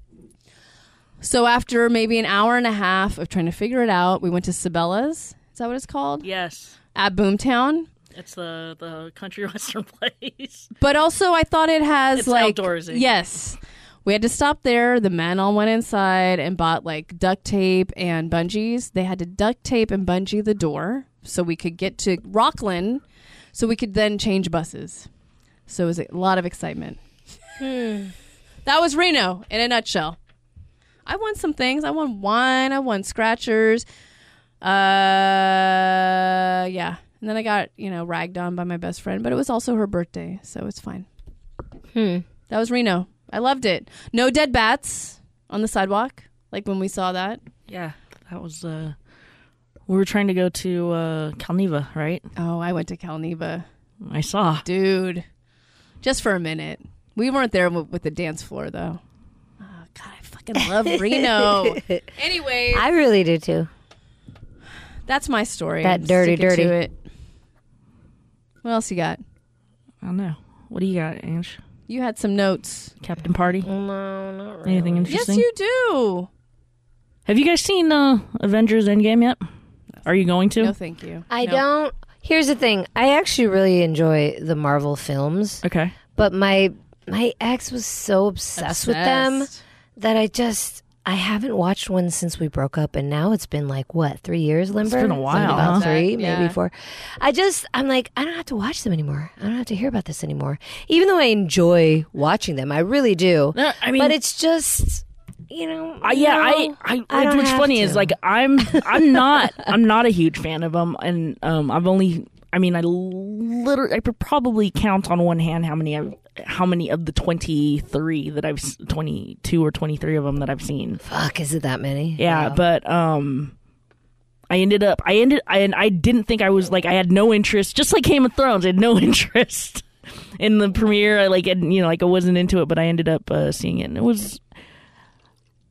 B: So after maybe an hour and a half of trying to figure it out, we went to Sabella's. Is that what it's called?
C: Yes.
B: At Boomtown.
C: It's the the country western place.
B: But also, I thought it has
C: It's
B: like
C: outdoorsy.
B: Yes, we had to stop there. The men all went inside and bought like duct tape and bungees. They had to duct tape and bungee the door so we could get to Rockland, so we could then change buses. So it was a lot of excitement.
C: Hmm.
B: that was Reno in a nutshell. I won some things. I won wine. I won scratchers. Uh, yeah. And then I got you know ragged on by my best friend, but it was also her birthday, so it's fine.
A: Hmm.
B: That was Reno. I loved it. No dead bats on the sidewalk, like when we saw that.
C: Yeah, that was. Uh, we were trying to go to uh, Calneva, right?
B: Oh, I went to Calneva,
C: I saw.
B: dude, just for a minute. We weren't there w- with the dance floor though. Oh, God, I fucking love Reno. Anyway,
A: I really do too.
B: that's my story.
A: That
B: I'm
A: dirty,
B: sticking
A: dirty.
B: To it. What else you got?
C: I don't know. What do you got, Ange?
B: You had some notes.
C: Captain Party?
A: No, not really.
C: Anything
B: Yes,
C: interesting?
B: you do.
C: Have you guys seen uh, Avengers Endgame yet? Are you going to?
B: No, thank you.
A: I
B: No.
A: don't. Here's the thing. I actually really enjoy the Marvel films,
C: Okay.
A: but my my ex was so obsessed, with them
B: Obsessed.
A: that I just I haven't watched one since we broke up, and now it's been like what three years? Limber.
C: been a
A: Something
C: while,
A: About
B: huh?
A: three,
B: Yeah.
A: maybe four. I just I'm like I don't have to watch them anymore. I don't have to hear about this anymore. Even though I enjoy watching them, I really do.
C: No, I mean,
A: but it's just you know.
C: I, yeah, I,
A: no,
C: I,
A: don't
C: what's
A: have
C: funny
A: to.
C: is like I'm, I'm not, I'm not a huge fan of them, and um, I've only, I mean, I literally, I could probably count on one hand how many, I've, how many of the twenty three that I've, twenty two or twenty three of them that I've seen.
A: fuck. Is it that many?
C: Yeah,
A: Wow.
C: but um, I ended up, I ended, I, and I didn't think I was like, I had no interest, just like Game of Thrones, I had no interest in the premiere. I like, and you know, like I wasn't into it, but I ended up uh, seeing it, and it was.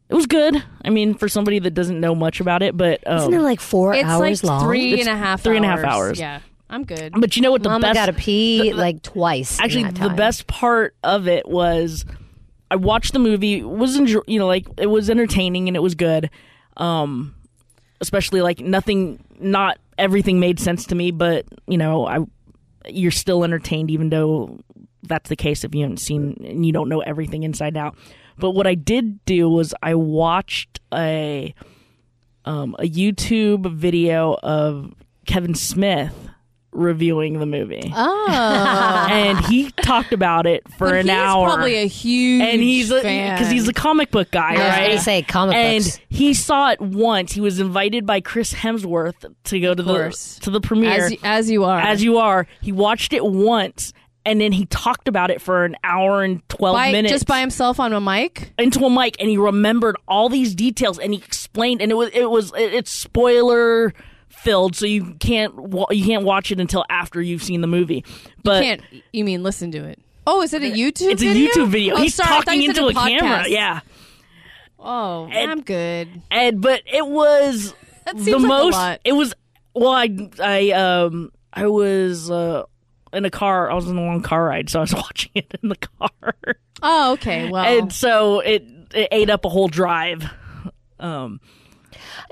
C: It was good. I mean, for somebody that doesn't know much about it, but
A: Isn't it
C: um,
A: like four
B: It's
A: hours
B: like
A: long?
B: three
C: It's
B: and a half
C: three and a
B: hours.
C: half hours.
B: Yeah, I'm good.
C: but you know what the
A: Mama
C: best
A: got to pee like twice. in
C: actually
A: that
C: the
A: time.
C: best part of it was I watched the movie was enjoy- you know like it was entertaining and it was good um especially like nothing not everything made sense to me but you know I you're still entertained even though that's the case if you haven't seen and you don't know everything inside out but what I did do was I watched a um, a YouTube video of Kevin Smith reviewing the movie.
B: Oh,
C: and he talked about it for
B: But
C: an
B: he's
C: hour.
B: Probably a huge
C: and he's
B: fan.
C: because he's a comic book guy,
A: I was
C: right?
A: gonna say comic
C: and
A: books.
C: he saw it once. He was invited by Chris Hemsworth to go to
B: course.
C: the to the premiere.
B: as as you are
C: As you are, he watched it once, and then he talked about it for an hour and twelve
B: by,
C: minutes
B: just by himself on a mic.
C: into a mic, and he remembered all these details, and he explained, and it was it was it, it's spoiler filled, so you can't wa- you can't watch it until after you've seen the movie. But
B: Can't you mean listen to it? Oh, is it a YouTube?
C: it's a
B: video?
C: YouTube video.
B: Oh,
C: He's
B: sorry, I thought
C: talking
B: you said
C: into a, camera.
B: podcast.
C: Yeah.
B: Oh, I'm good.
C: and but it was
B: That
C: the
B: seems like
C: most
B: a lot.
C: it was well i i um i was uh in a car i was in a long car ride so i was watching it in the car
B: Oh, okay. Well,
C: and so it it ate up a whole drive um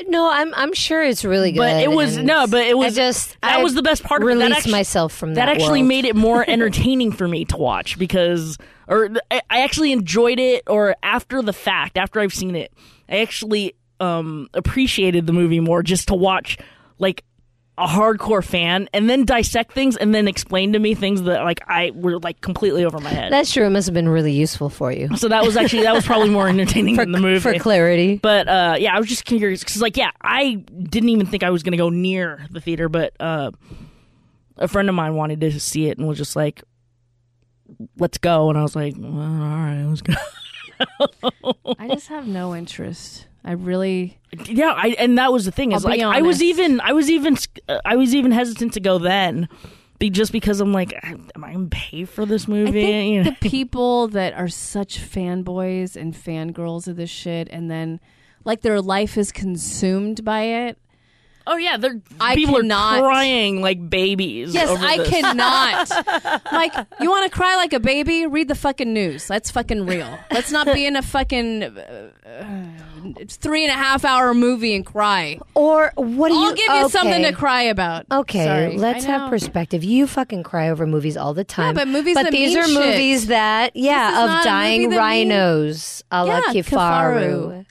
A: No, I'm I'm sure it's really good.
C: but it was
A: and
C: no but it was
A: I just
C: that
A: I
C: was the best part of it. That
A: Released
C: actually-
A: myself from
C: that
A: that.
C: actually
A: world.
C: made it more entertaining for me to watch because or th- I I actually enjoyed it or after the fact after I've seen it I actually um appreciated the movie more just to watch like a hardcore fan and then dissect things and then explain to me things that like I were like completely over my head.
A: That's true. It must have been really useful for you
C: so that was actually that was probably more entertaining
A: for
C: than the movie.
A: for clarity.
C: But uh, yeah, I was just curious because, like, yeah, I didn't even think I was gonna go near the theater, but uh, a friend of mine wanted to see it and was just like, "Let's go," and I was like, well, "All right, let's go."
B: I just have no interest. I really.
C: yeah, I, and that was the thing is
B: I'll
C: like
B: be
C: I was
B: honest.
C: even I was even uh, I was even hesitant to go then, be, just because I'm like, "Ah, am I gonna pay for this movie?
B: I think
C: You know?
B: the people that are such fanboys and fangirls of this shit, and then like their life is consumed by it.
C: oh yeah, they're
B: I
C: people
B: cannot-
C: are crying like babies.
B: Yes,
C: over
B: I
C: this.
B: cannot. Mike, you want to cry like a baby? Read the fucking news. That's fucking real. Let's not be in a fucking uh, uh, three and a half hour movie and cry.
A: Or what do you?
B: I'll give you something
A: okay.
B: to cry about.
A: Okay,
B: Sorry.
A: let's
B: I know.
A: have perspective. You fucking cry over movies all the time.
B: but movies
A: But
B: that
A: these
B: mean
A: are
B: shit.
A: movies that,
B: This is
A: yeah,
B: not
A: of
B: a movie
A: dying
B: that mean-
A: rhinos, a la
B: Yeah,
A: Kifaru,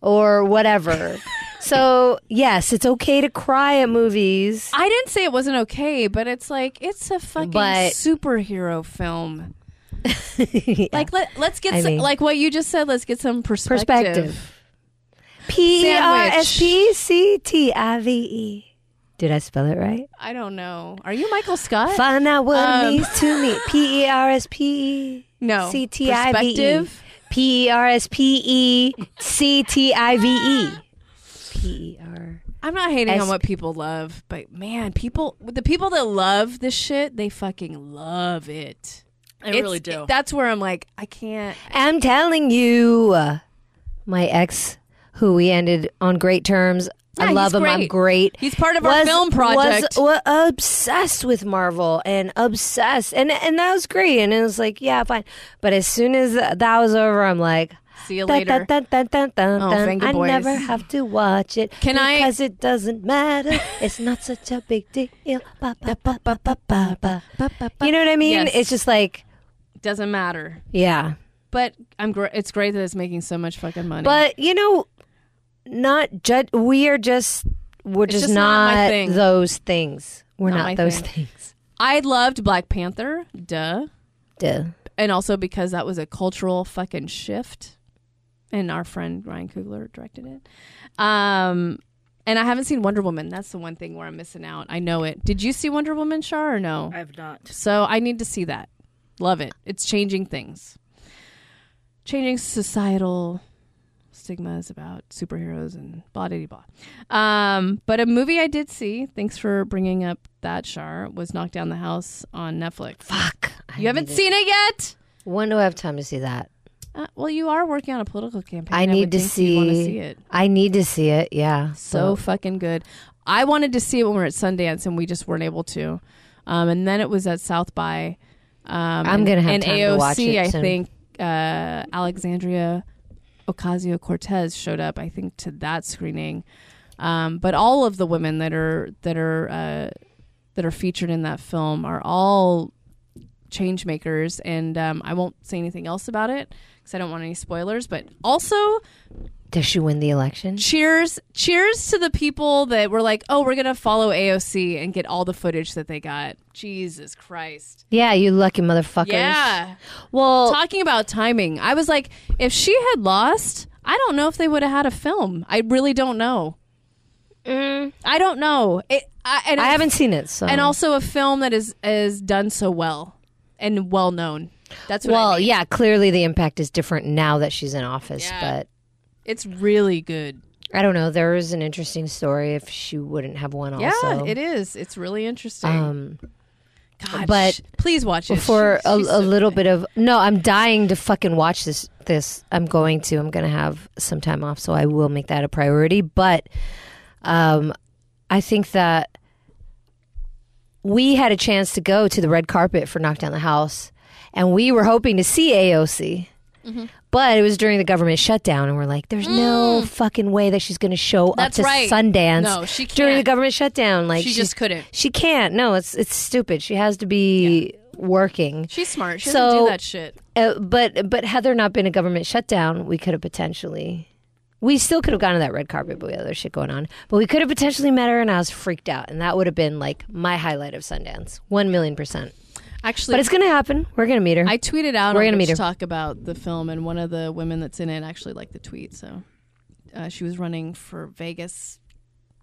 A: or whatever. so yes, it's okay to cry at movies.
B: I didn't say it wasn't okay, but it's like it's a fucking
A: But-
B: superhero film.
A: Yeah.
B: Like let let's get
A: I
B: some,
A: mean-
B: like what you just said. Let's get some perspective.
A: perspective. P e r s p c t i v e. Did I spell it right?
B: I don't know. Are you Michael Scott?
A: Find out what it
B: Um,
A: means to me. P e r s p e
B: no.
A: c t i v e.
B: Perspective.
A: P E R S P E C T I V E. P E R.
B: I'm not hating
A: As-
B: on what people love, but man, people the people that love this shit, they fucking love it.
C: I
B: It's-
C: really do.
B: That's where I'm like, I can't.
A: I'm telling you, uh, my ex, who we ended on great terms.
B: Yeah,
A: I
B: he's
A: love him. I'm
B: great.
A: great.
B: He's part of our film project.
A: Was, wa- obsessed with Marvel and obsessed, and and that was great. And it was like, yeah, fine. But as soon as that was over, I'm like,
B: See you
A: dun,
B: later.
A: dun, dun, dun, dun, dun,
B: Oh,
A: dun.
B: finger
A: I
B: boys.
A: never have to watch it.
B: Can I-
A: Because it doesn't matter. it's not such a big deal. Ba, ba, ba, ba, ba, ba, ba. You know what I mean?
B: Yes.
A: It's just like,
B: Doesn't matter.
A: yeah.
B: But I'm. Gr- it's great that it's making so much fucking money.
A: But you know, not judge. We are just we're
B: It's
A: just,
B: just not
A: not,
B: my thing.
A: those things. We're
B: Not
A: not,
B: my
A: those
B: thing.
A: things.
B: I loved Black Panther. Duh.
A: Duh.
B: and also because that was a cultural fucking shift and our friend ryan kugler directed it um and i haven't seen wonder woman that's the one thing where i'm missing out i know it did you see wonder woman shar or no
C: I've not.
B: so i need to see that love it it's changing things changing societal stigmas about superheroes and blah blah blah um, but a movie i did see thanks for bringing up that shar was knocked down the house on netflix
A: Fuck. I
B: you
A: need
B: haven't
A: to-
B: seen it yet
A: When do I have time to see that?
B: uh, well, you are working on a political campaign.
A: I need
B: would
A: to
B: think you'd wanna
A: see-
B: see it.
A: I need to see it. Yeah.
B: So fucking good. I wanted to see it when we were at Sundance, and we just weren't able to. Um, and then it was at South by. Um,
A: I'm gonna have
B: and
A: time
B: AOC,
A: to watch it
B: I
A: soon.
B: think uh, Alexandria Ocasio Cortez showed up. I think to that screening, um, but all of the women that are that are uh, that are featured in that film are all change makers, and um, I won't say anything else about it because I don't want any spoilers. But also,
A: Does she win the election?
B: Cheers! Cheers to the people that were like, "Oh, we're gonna follow AOC and get all the footage that they got." Jesus Christ!
A: Yeah, you lucky motherfuckers.
B: Yeah.
A: Well,
B: Talking about timing, I was like, if she had lost, I don't know if they would have had a film. I really don't know. I don't know. It, I, and
A: Mm. I haven't Oh. seen it, so
B: and also a film that is is done so well and well known. That's what I
A: well,
B: mean.
A: yeah. Clearly, the impact is different now that she's in office,
B: Yeah.
A: but.
B: it's really good.
A: I don't know. There is an interesting story if she wouldn't have won.
B: Yeah,
A: also,
B: it is. It's really interesting.
A: Um,
B: God,
A: but
B: sh- please watch it.
A: for
B: She-
A: a,
B: she's
A: a
B: so
A: little
B: good.
A: bit of no, I'm dying to fucking watch this. This I'm going to. I'm gonna have some time off, so I will make that a priority. But um, I think that we had a chance to go to the red carpet for Knock Down the House, and we were hoping to see AOC.
B: Mm-hmm.
A: But it was during the government shutdown, and we're like, "There's no fucking way that she's going to show
B: Mm. That's
A: up to
B: right.
A: Sundance
B: No, she
A: during the
B: can't.
A: government shutdown." Like
B: She
A: she's-
B: just couldn't.
A: She can't. No, it's it's stupid. She has to be working.
B: She's smart. She
A: So-
B: doesn't do that shit.
A: Uh, but but had there not been a government shutdown, we could have potentially. We still could have gone to that red carpet, but we had other shit going on. But we could have potentially met her, and I was freaked out, and that would have been like my highlight of Sundance, one million percent.
B: Actually,
A: But it's gonna happen. We're gonna meet her.
B: I tweeted out
A: We're
B: on
A: gonna meet
B: Bitch
A: her.
B: talk about the film, and one of the women that's in it actually liked the tweet. So uh, she was running for Vegas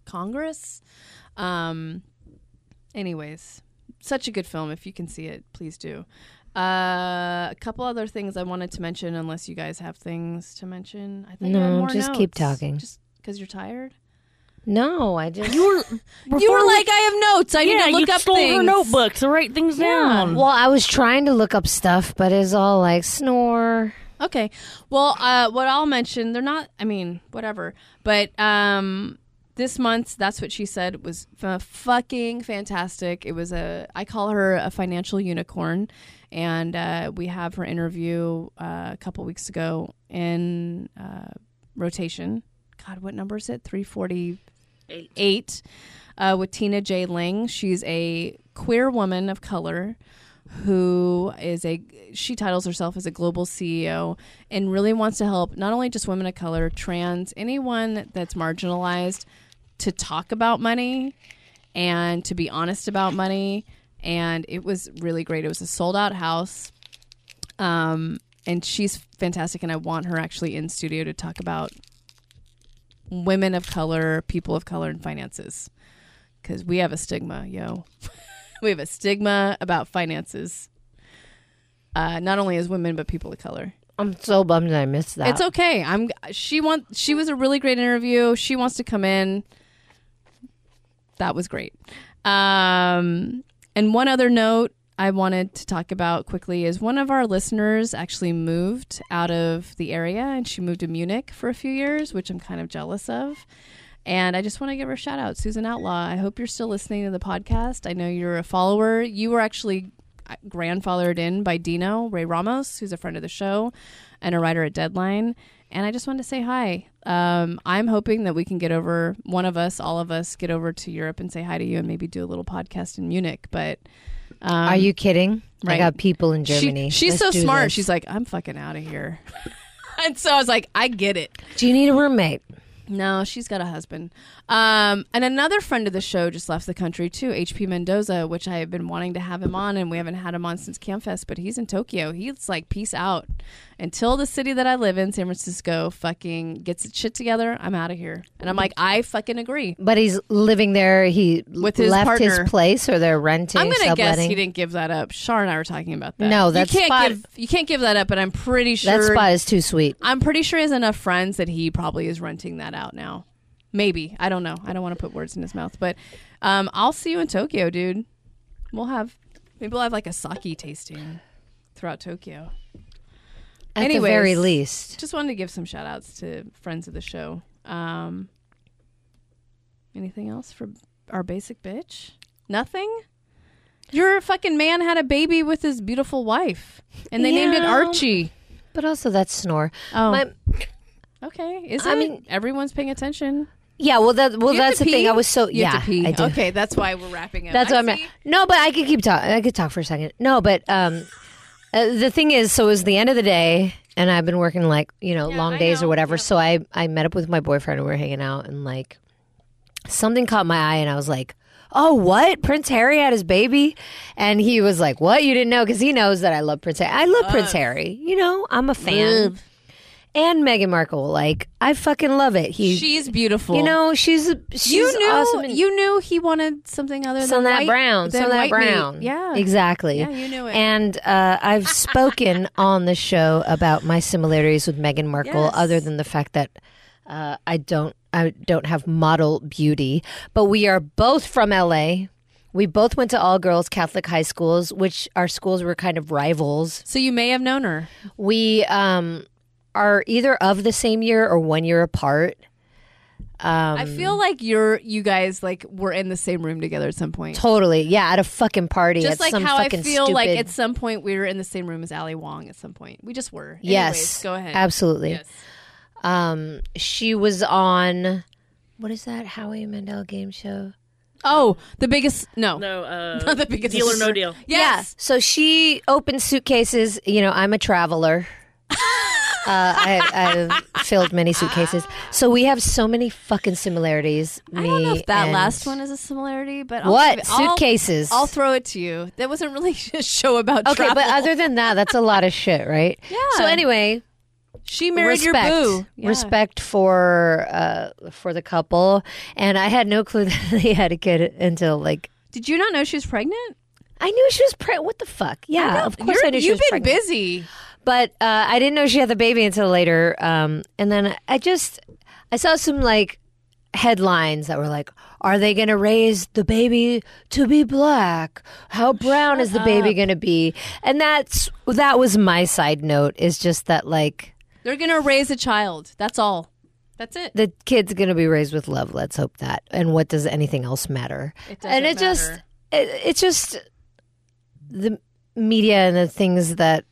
B: Congress. Um, anyways, such a good film. If you can see it, please do. Uh, a couple other things I wanted to mention, unless you guys have things to mention. I think I have
A: No,
B: more
A: just keep
B: notes.
A: talking.
B: Just because you're tired.
A: no, I just
C: You were
B: you were
C: before we-
B: like, I have notes. I
C: yeah,
B: need to look
C: you
B: up
C: stole
B: things.
C: her notebook to write things down.
A: Well, I was trying to look up stuff, but it's all like snore.
B: Okay. Well, uh, what I'll mention, they're not, I mean, whatever. But um, this month's That's What She Said was f- fucking fantastic. It was a, I call her a financial unicorn. And uh, we have her interview uh, a couple weeks ago in uh, rotation. God, what number is it? 348. Uh, with Tina J. Ling. She's a queer woman of color who is a she titles herself as a global CEO and really wants to help not only just women of color, trans, anyone that's marginalized to talk about money and to be honest about money and it was really great. It was a sold out house. Um and she's fantastic and I want her actually in studio to talk about women of color, people of color and finances cuz we have a stigma, yo we have a stigma about finances. Uh, not only as women, but people of color.
A: I'm so bummed that I missed that.
B: It's okay. I'm. She want. She was a really great interview. She wants to come in. That was great. Um, and one other note I wanted to talk about quickly is one of our listeners actually moved out of the area and she moved to Munich for a few years, which I'm kind of jealous of. And I just want to give her a shout out, Susan Outlaw. I hope you're still listening to the podcast. I know you're a follower. You were actually uh, grandfathered in by Dino Ray Ramos, who's a friend of the show and a writer at Deadline. And I just wanted to say hi. Um, I'm hoping that we can get over, one of us, all of us, get over to Europe and say hi to you and maybe do a little podcast in Munich. But um,
A: Are you kidding? I
B: right.
A: got people in
B: she-
A: Germany.
B: she's
A: Let's
B: so
A: do
B: smart.
A: this.
B: She's like, I'm fucking out of here. and so I was like, I get it.
A: Do you need a roommate?
B: No, she's got a husband. Um, and another friend of the show just left the country too, HP Mendoza, which I have been wanting to have him on, and we haven't had him on since Campfest, but he's in Tokyo. He's like, peace out. Until the city that I live in, San Francisco, fucking gets its shit together, I'm out of here. And I'm like, I fucking agree.
A: But he's living there. He
B: With his
A: left
B: partner.
A: his place, or they're renting.
B: I'm gonna guess
A: subletting.
B: he didn't give that up. Shar and I were talking about that.
A: No, that
B: you can't
A: spot-
B: give you can't give that up, but I'm pretty sure
A: That spot is too sweet.
B: I'm pretty sure he has enough friends that he probably is renting that out now. Maybe. I don't know. I don't want to put words in his mouth, but um, I'll see you in Tokyo, dude. We'll have maybe we'll have like a sake tasting throughout Tokyo.
A: At
B: Anyways.
A: the very least,
B: Just wanted to give some shout outs to friends of the show. Um, anything else for our basic bitch? Nothing? Your fucking man had a baby with his beautiful wife and they named it
A: Yeah.
B: Archie.
A: but also that snore.
B: Oh,
A: My-
B: okay. Is
A: I
B: it?
A: mean-
B: everyone's paying attention.
A: yeah, well, that well,
B: You have
A: that's
B: to
A: the thing.
B: pee?
A: I was so
B: You
A: yeah,
B: have to pee.
A: I do.
B: Okay, that's why we're wrapping up.
A: That's
B: I
A: what I'm.
B: see.
A: No, but I could keep talking. I could talk for a second. No, but um, uh, the thing is, so it was the end of the day, and I've been working like you know
B: Yeah,
A: long
B: I
A: days
B: know.
A: or whatever.
B: Yep.
A: So I I met up with my boyfriend and we were hanging out and like something caught my eye and I was like, oh what? Prince Harry had his baby, and he was like, what? You didn't know because he knows that I love Prince Harry. I love Prince Harry. You know I'm a fan. And Meghan Markle, like I fucking love it. He,
B: She's beautiful.
A: you know, she's she's
B: you knew
A: awesome. and-
B: you knew he wanted something other
A: some
B: than
A: that
B: white,
A: brown,
B: than
A: some that
B: white
A: brown.
B: Meat. Yeah,
A: exactly.
B: Yeah, you knew it.
A: And uh, I've spoken on the show about my similarities with Meghan Markle,
B: Yes.
A: other than the fact that uh, I don't, I don't have model beauty, but we are both from LA. We both went to all girls Catholic high schools, which our schools were kind of rivals.
B: so you may have known her.
A: We um, are either of the same year or one year apart. Um,
B: I feel like you're you guys like were in the same room together at some point.
A: totally, yeah, at a fucking party,
B: Just
A: at
B: like
A: some
B: how I
A: fucking
B: feel like
A: stupid-
B: at some point we were in the same room as Ali Wong at some point. We just were.
A: Yes.
B: Anyways, go ahead.
A: Absolutely.
B: Yes.
A: Um, she was on what is that Howie Mandel game show?
B: Oh, the biggest no.
C: No,
B: Not the biggest
C: uh, Deal or No Deal.
B: Yes.
A: Yeah. So she opens suitcases. You know, I'm a traveler. uh, I, I've filled many suitcases. So we have so many fucking similarities. Me
B: I don't know if that
A: and-
B: last one is a similarity, but I'll
A: What
B: give it- I'll-
A: suitcases?
B: I'll, throw it to you. That wasn't really a show about
A: okay,
B: travel.
A: but other than that, that's a lot of shit, right? Yeah. So anyway,
B: she married
A: respect,
B: your boo. Yeah.
A: respect for uh, for the couple, and I had no clue that they had a kid until like
B: Did you not know she was pregnant?
A: I knew she was pregnant. What the fuck? Yeah, of course
B: You're-
A: I knew she
B: You've
A: was
B: been
A: pregnant.
B: busy.
A: But uh, I didn't know she had the baby until later. Um, and then I just I saw some like headlines that were like, "Are they going to raise the baby to be black? How brown is the baby going to be?" And that's that was my side note. Is just that like
B: They're gonna raise a child. That's all. That's it.
A: the kid's going to be raised with love. Let's hope that. And what does anything else matter?
B: It doesn't
A: and it just
B: matter.
A: it, it's just the media and the things that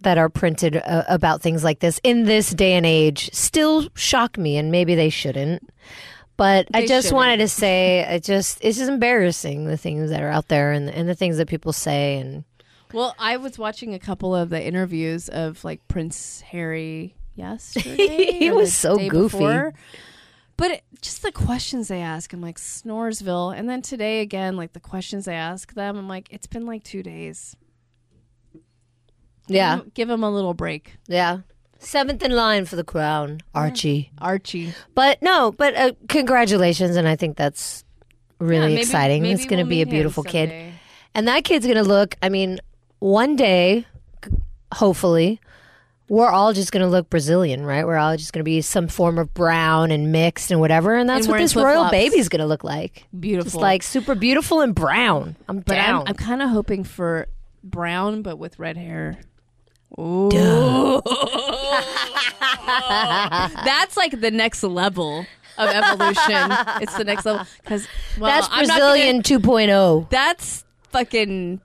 A: that are printed uh, about things like this in this day and age still shock me and maybe they shouldn't but i
B: They
A: just
B: shouldn't.
A: wanted to say it just it's just embarrassing the things that are out there and, and the things that people say and
B: Well, I was watching a couple of the interviews of like Prince Harry yesterday.
A: He
B: or
A: was
B: the
A: so
B: day
A: goofy.
B: before. But it, just the questions they ask, I'm like Snoresville, and then today again, like the questions they ask them, I'm like, it's been like two days.
A: yeah
B: Give 'em- give them a little break,
A: yeah seventh in line for the crown archie
B: Archie.
A: but no but uh, congratulations and i think that's really
B: Yeah, maybe-
A: exciting
B: maybe
A: it's going to
B: we'll
A: be a
B: meet him
A: beautiful kid
B: someday.
A: And that kid's going to look, I mean, one day, c- hopefully, we're all just going to look Brazilian, right? We're all just going to be some form of brown and mixed and whatever. And that's
B: And
A: what
B: wearing
A: this royal
B: flip-flops.
A: baby's going to look like.
B: Beautiful.
A: Just like super beautiful and brown. I'm
B: but I'm,
A: down.
B: I'm kind of hoping for brown, but with red hair. Ooh. That's like the next level of evolution. it's the next level because well,
A: that's
B: I'm not gonna-
A: Brazilian 2.0.
B: that's fucking.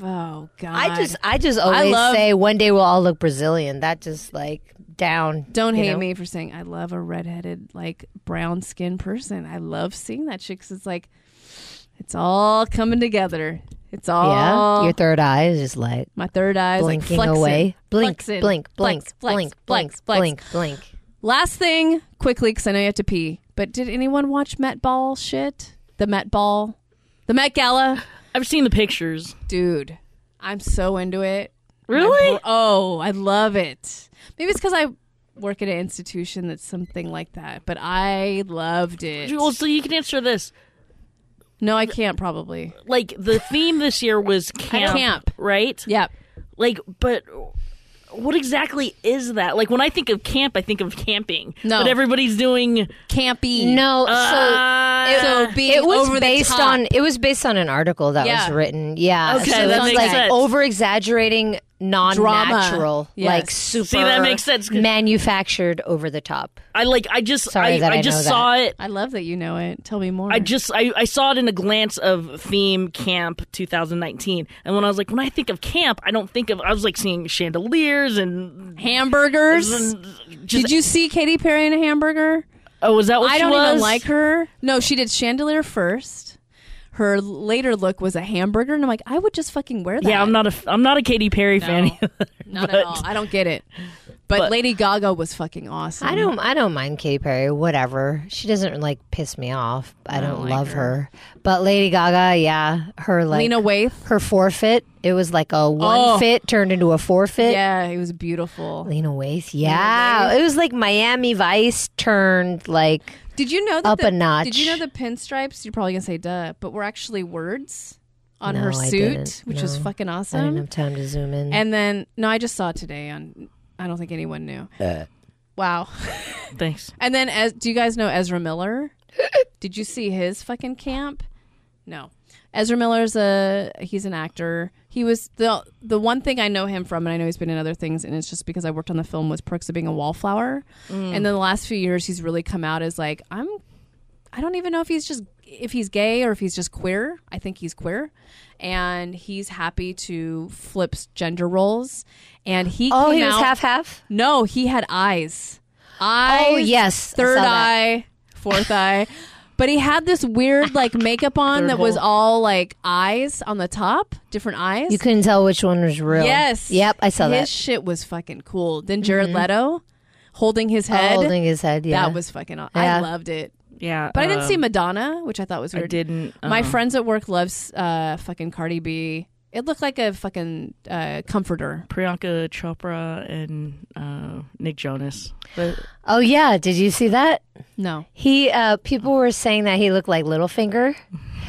B: Oh god!
A: I just, I just always
B: love-
A: say one day we'll all look Brazilian. That just like down.
B: don't
A: you
B: hate
A: know?
B: me for saying I love a redheaded, like brown skinned person. I love seeing that shit 'cause it's like it's all coming together. It's all
A: Yeah, your third eye is just like
B: my third eye is
A: blinking
B: like flexing,
A: away. Blink,
B: flexing,
A: blink, blink,
B: flex, flex,
A: blink,
B: flex,
A: blink,
B: flex.
A: blink, blink.
B: Last thing, quickly, because I know you have to pee. But did anyone watch Met Ball shit? The Met Ball, the Met Gala,
C: I've seen the pictures.
B: dude. I'm so into it.
C: Really?
B: My bro- oh, I love it. Maybe it's because I work at an institution that's something like that. But I loved it.
C: Well, so you can answer this.
B: No, I can't. Probably.
C: Like the theme this year was camp,
B: camp.
C: right?
B: Yep.
C: Like, but what exactly is that? Like when I think of camp, I think of camping.
B: No.
C: but everybody's doing.
B: Campy.
A: No, so
C: Uh,
A: It-
B: So being
A: it was
B: over the
A: based
B: top.
A: on it was based on an article that
B: Yeah.
A: was written. Yeah,
C: Okay,
A: so it
C: that
A: was
C: makes
A: like
C: sense.
A: over exaggerating, non-natural,
B: Yes.
A: like super.
C: See, that makes sense 'cause-
A: Manufactured over the top.
C: I like. I just.
A: Sorry
C: I,
A: that I know
C: just
A: that.
C: saw it.
B: I love that you know it. Tell me more.
C: I just I, I saw it in a glance of theme camp 2019, and when I was like, when I think of camp, I don't think of I was like seeing chandeliers and
B: hamburgers.
C: just
B: Did you see Katy Perry in a hamburger?
C: oh was that what
B: I
C: she
B: don't even
C: was?
B: like her. No, she did chandelier first. Her later look was a hamburger, and I'm like, I would just fucking wear that.
C: Yeah, I'm not a I'm not a Katy Perry fan.
B: Not
C: but-
B: at all. I don't get it. But,
C: But-
B: Lady Gaga was fucking awesome.
A: I don't. I don't mind Katy Perry. Whatever. She doesn't like piss me off. I, don't,
B: like
A: love her. But Lady Gaga, yeah, her like
B: Lena Waithe.
A: her forfeit. It was like a one
B: Oh.
A: fit turned into a forfeit.
B: Yeah, it was beautiful.
A: Lena Waithe. Yeah, it was like Miami Vice turned like
B: Did you know that
A: Up
B: the,
A: a notch.
B: Did you know the pinstripes? You're probably gonna say duh, but were actually words on
A: No,
B: her
A: I
B: suit,
A: didn't.
B: which was
A: No.
B: fucking awesome.
A: I didn't have time to zoom in.
B: Uh-huh. And then no, I just saw it today on. I don't think anyone knew.
A: Uh.
B: Wow.
C: Thanks.
B: And then as do you guys know Ezra Miller? Did you see his fucking camp? No. Ezra Miller's a he's an actor. He was the the one thing I know him from, and I know he's been in other things, and it's just because I worked on the film was Perks of Being a Wallflower.
A: Mm.
B: And then the last few years, he's really come out as like I'm. I don't even know if he's just if he's gay or if he's just queer. I think he's queer, and he's happy to flip gender roles. And he
A: oh,
B: came
A: he was
B: out-
A: half half.
B: no, he had eyes. Eyes.
A: Oh, yes. I
B: Third
A: saw that.
B: eye, fourth eye. But he had this weird like makeup on
C: Third
B: that was
C: hole.
B: all like eyes on the top, different eyes.
A: You couldn't tell which one was real.
B: yes.
A: Yep, I saw
B: his
A: that. Mm-hmm.
B: shit was fucking cool. Then Jared Leto holding his head.
A: Holding his head. Oh, Yeah.
B: That was fucking aw- I
A: Yeah.
B: loved it.
C: Yeah,
B: But I didn't
C: um,
B: see Madonna, which I thought was
C: I
B: weird.
C: didn't.
B: My
C: um,
B: friends at work loves uh, fucking Cardi B. It looked like a fucking uh, comforter.
C: Priyanka Chopra and uh, Nick Jonas. But
A: Oh yeah. Did you see that?
B: No.
A: He. Uh, people were saying that he looked like Littlefinger,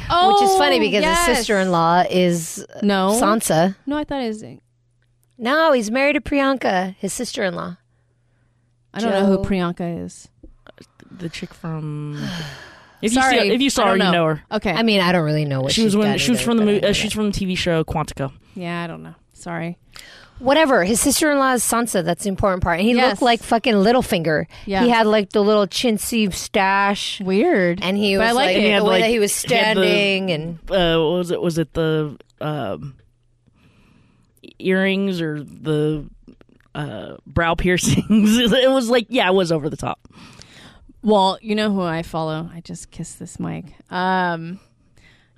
B: Oh,
A: which is funny because his
B: yes. Oh.
A: sister-in-law is
B: No.
A: Sansa.
B: No, I thought it was. I
A: No, he's married to Priyanka, his sister-in-law.
B: don't know
A: Joe.
B: who Priyanka is.
C: the chick from if
B: Sorry,
C: you see, if you
B: I
C: saw
B: don't
C: her, you
B: know.
C: know her.
B: Okay.
A: I mean, I don't really know what
C: she was
A: she's
C: when
A: done
C: she was
A: either,
C: from the
A: but I
C: movie.
A: know
C: Uh, she's from the TV show Quantico.
B: yeah, I don't know. Sorry.
A: that. whatever. His sister-in-law is Sansa. That's the important part. And he
B: Yes.
A: looked like fucking Littlefinger.
B: Yeah.
A: He had like the little chintzy stash,
B: Weird.
A: and he
B: But
A: was
B: I like
A: like, the
B: it. He
A: way
C: had, like-
A: that he was
C: he had the-
A: standing and.
C: Uh, what was it? Was it the um, earrings or the uh, brow piercings? it was like yeah, it was over the top.
B: well, you know who I follow. I just kissed this mic. Um,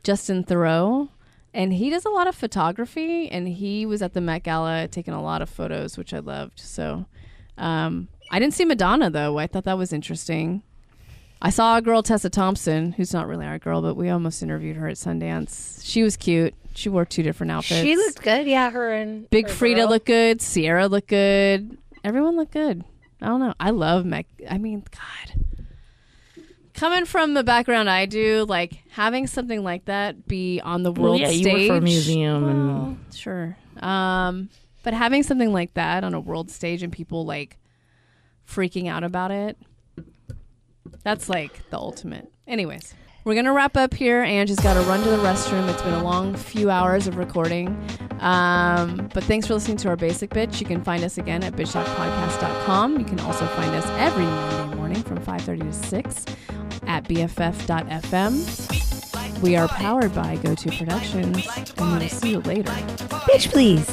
B: Justin Thoreau. And he does a lot of photography, and he was at the Met Gala taking a lot of photos, which I loved. So, um, I didn't see Madonna though. I thought that was interesting. I saw a girl, Tessa Thompson, who's not really our girl, but we almost interviewed her at Sundance. She was cute. She wore two different outfits.
A: She looked good, yeah. Her and
B: Big
A: her
B: Frida
A: girl.
B: looked good. Sierra looked good. Everyone looked good. I don't know. I love Mac. I mean, God. Coming from the background I do, like having something like that be on the
C: Well,
B: world
C: yeah, you
B: stage.
C: work for a museum and-
B: Well, sure. Um, but having something like that on a world stage and people like freaking out about it, that's like the ultimate. Anyways, we're gonna wrap up here. Ange has got to run to the restroom. It's been a long few hours of recording. Um, but thanks for listening to our Basic Bitch. You can find us again at bitch.podcast.com. You can also find us every Monday morning from 5.30 to 6 at bff.fm. We are powered by GoTo Productions, and we'll see you later.
A: Bitch, please.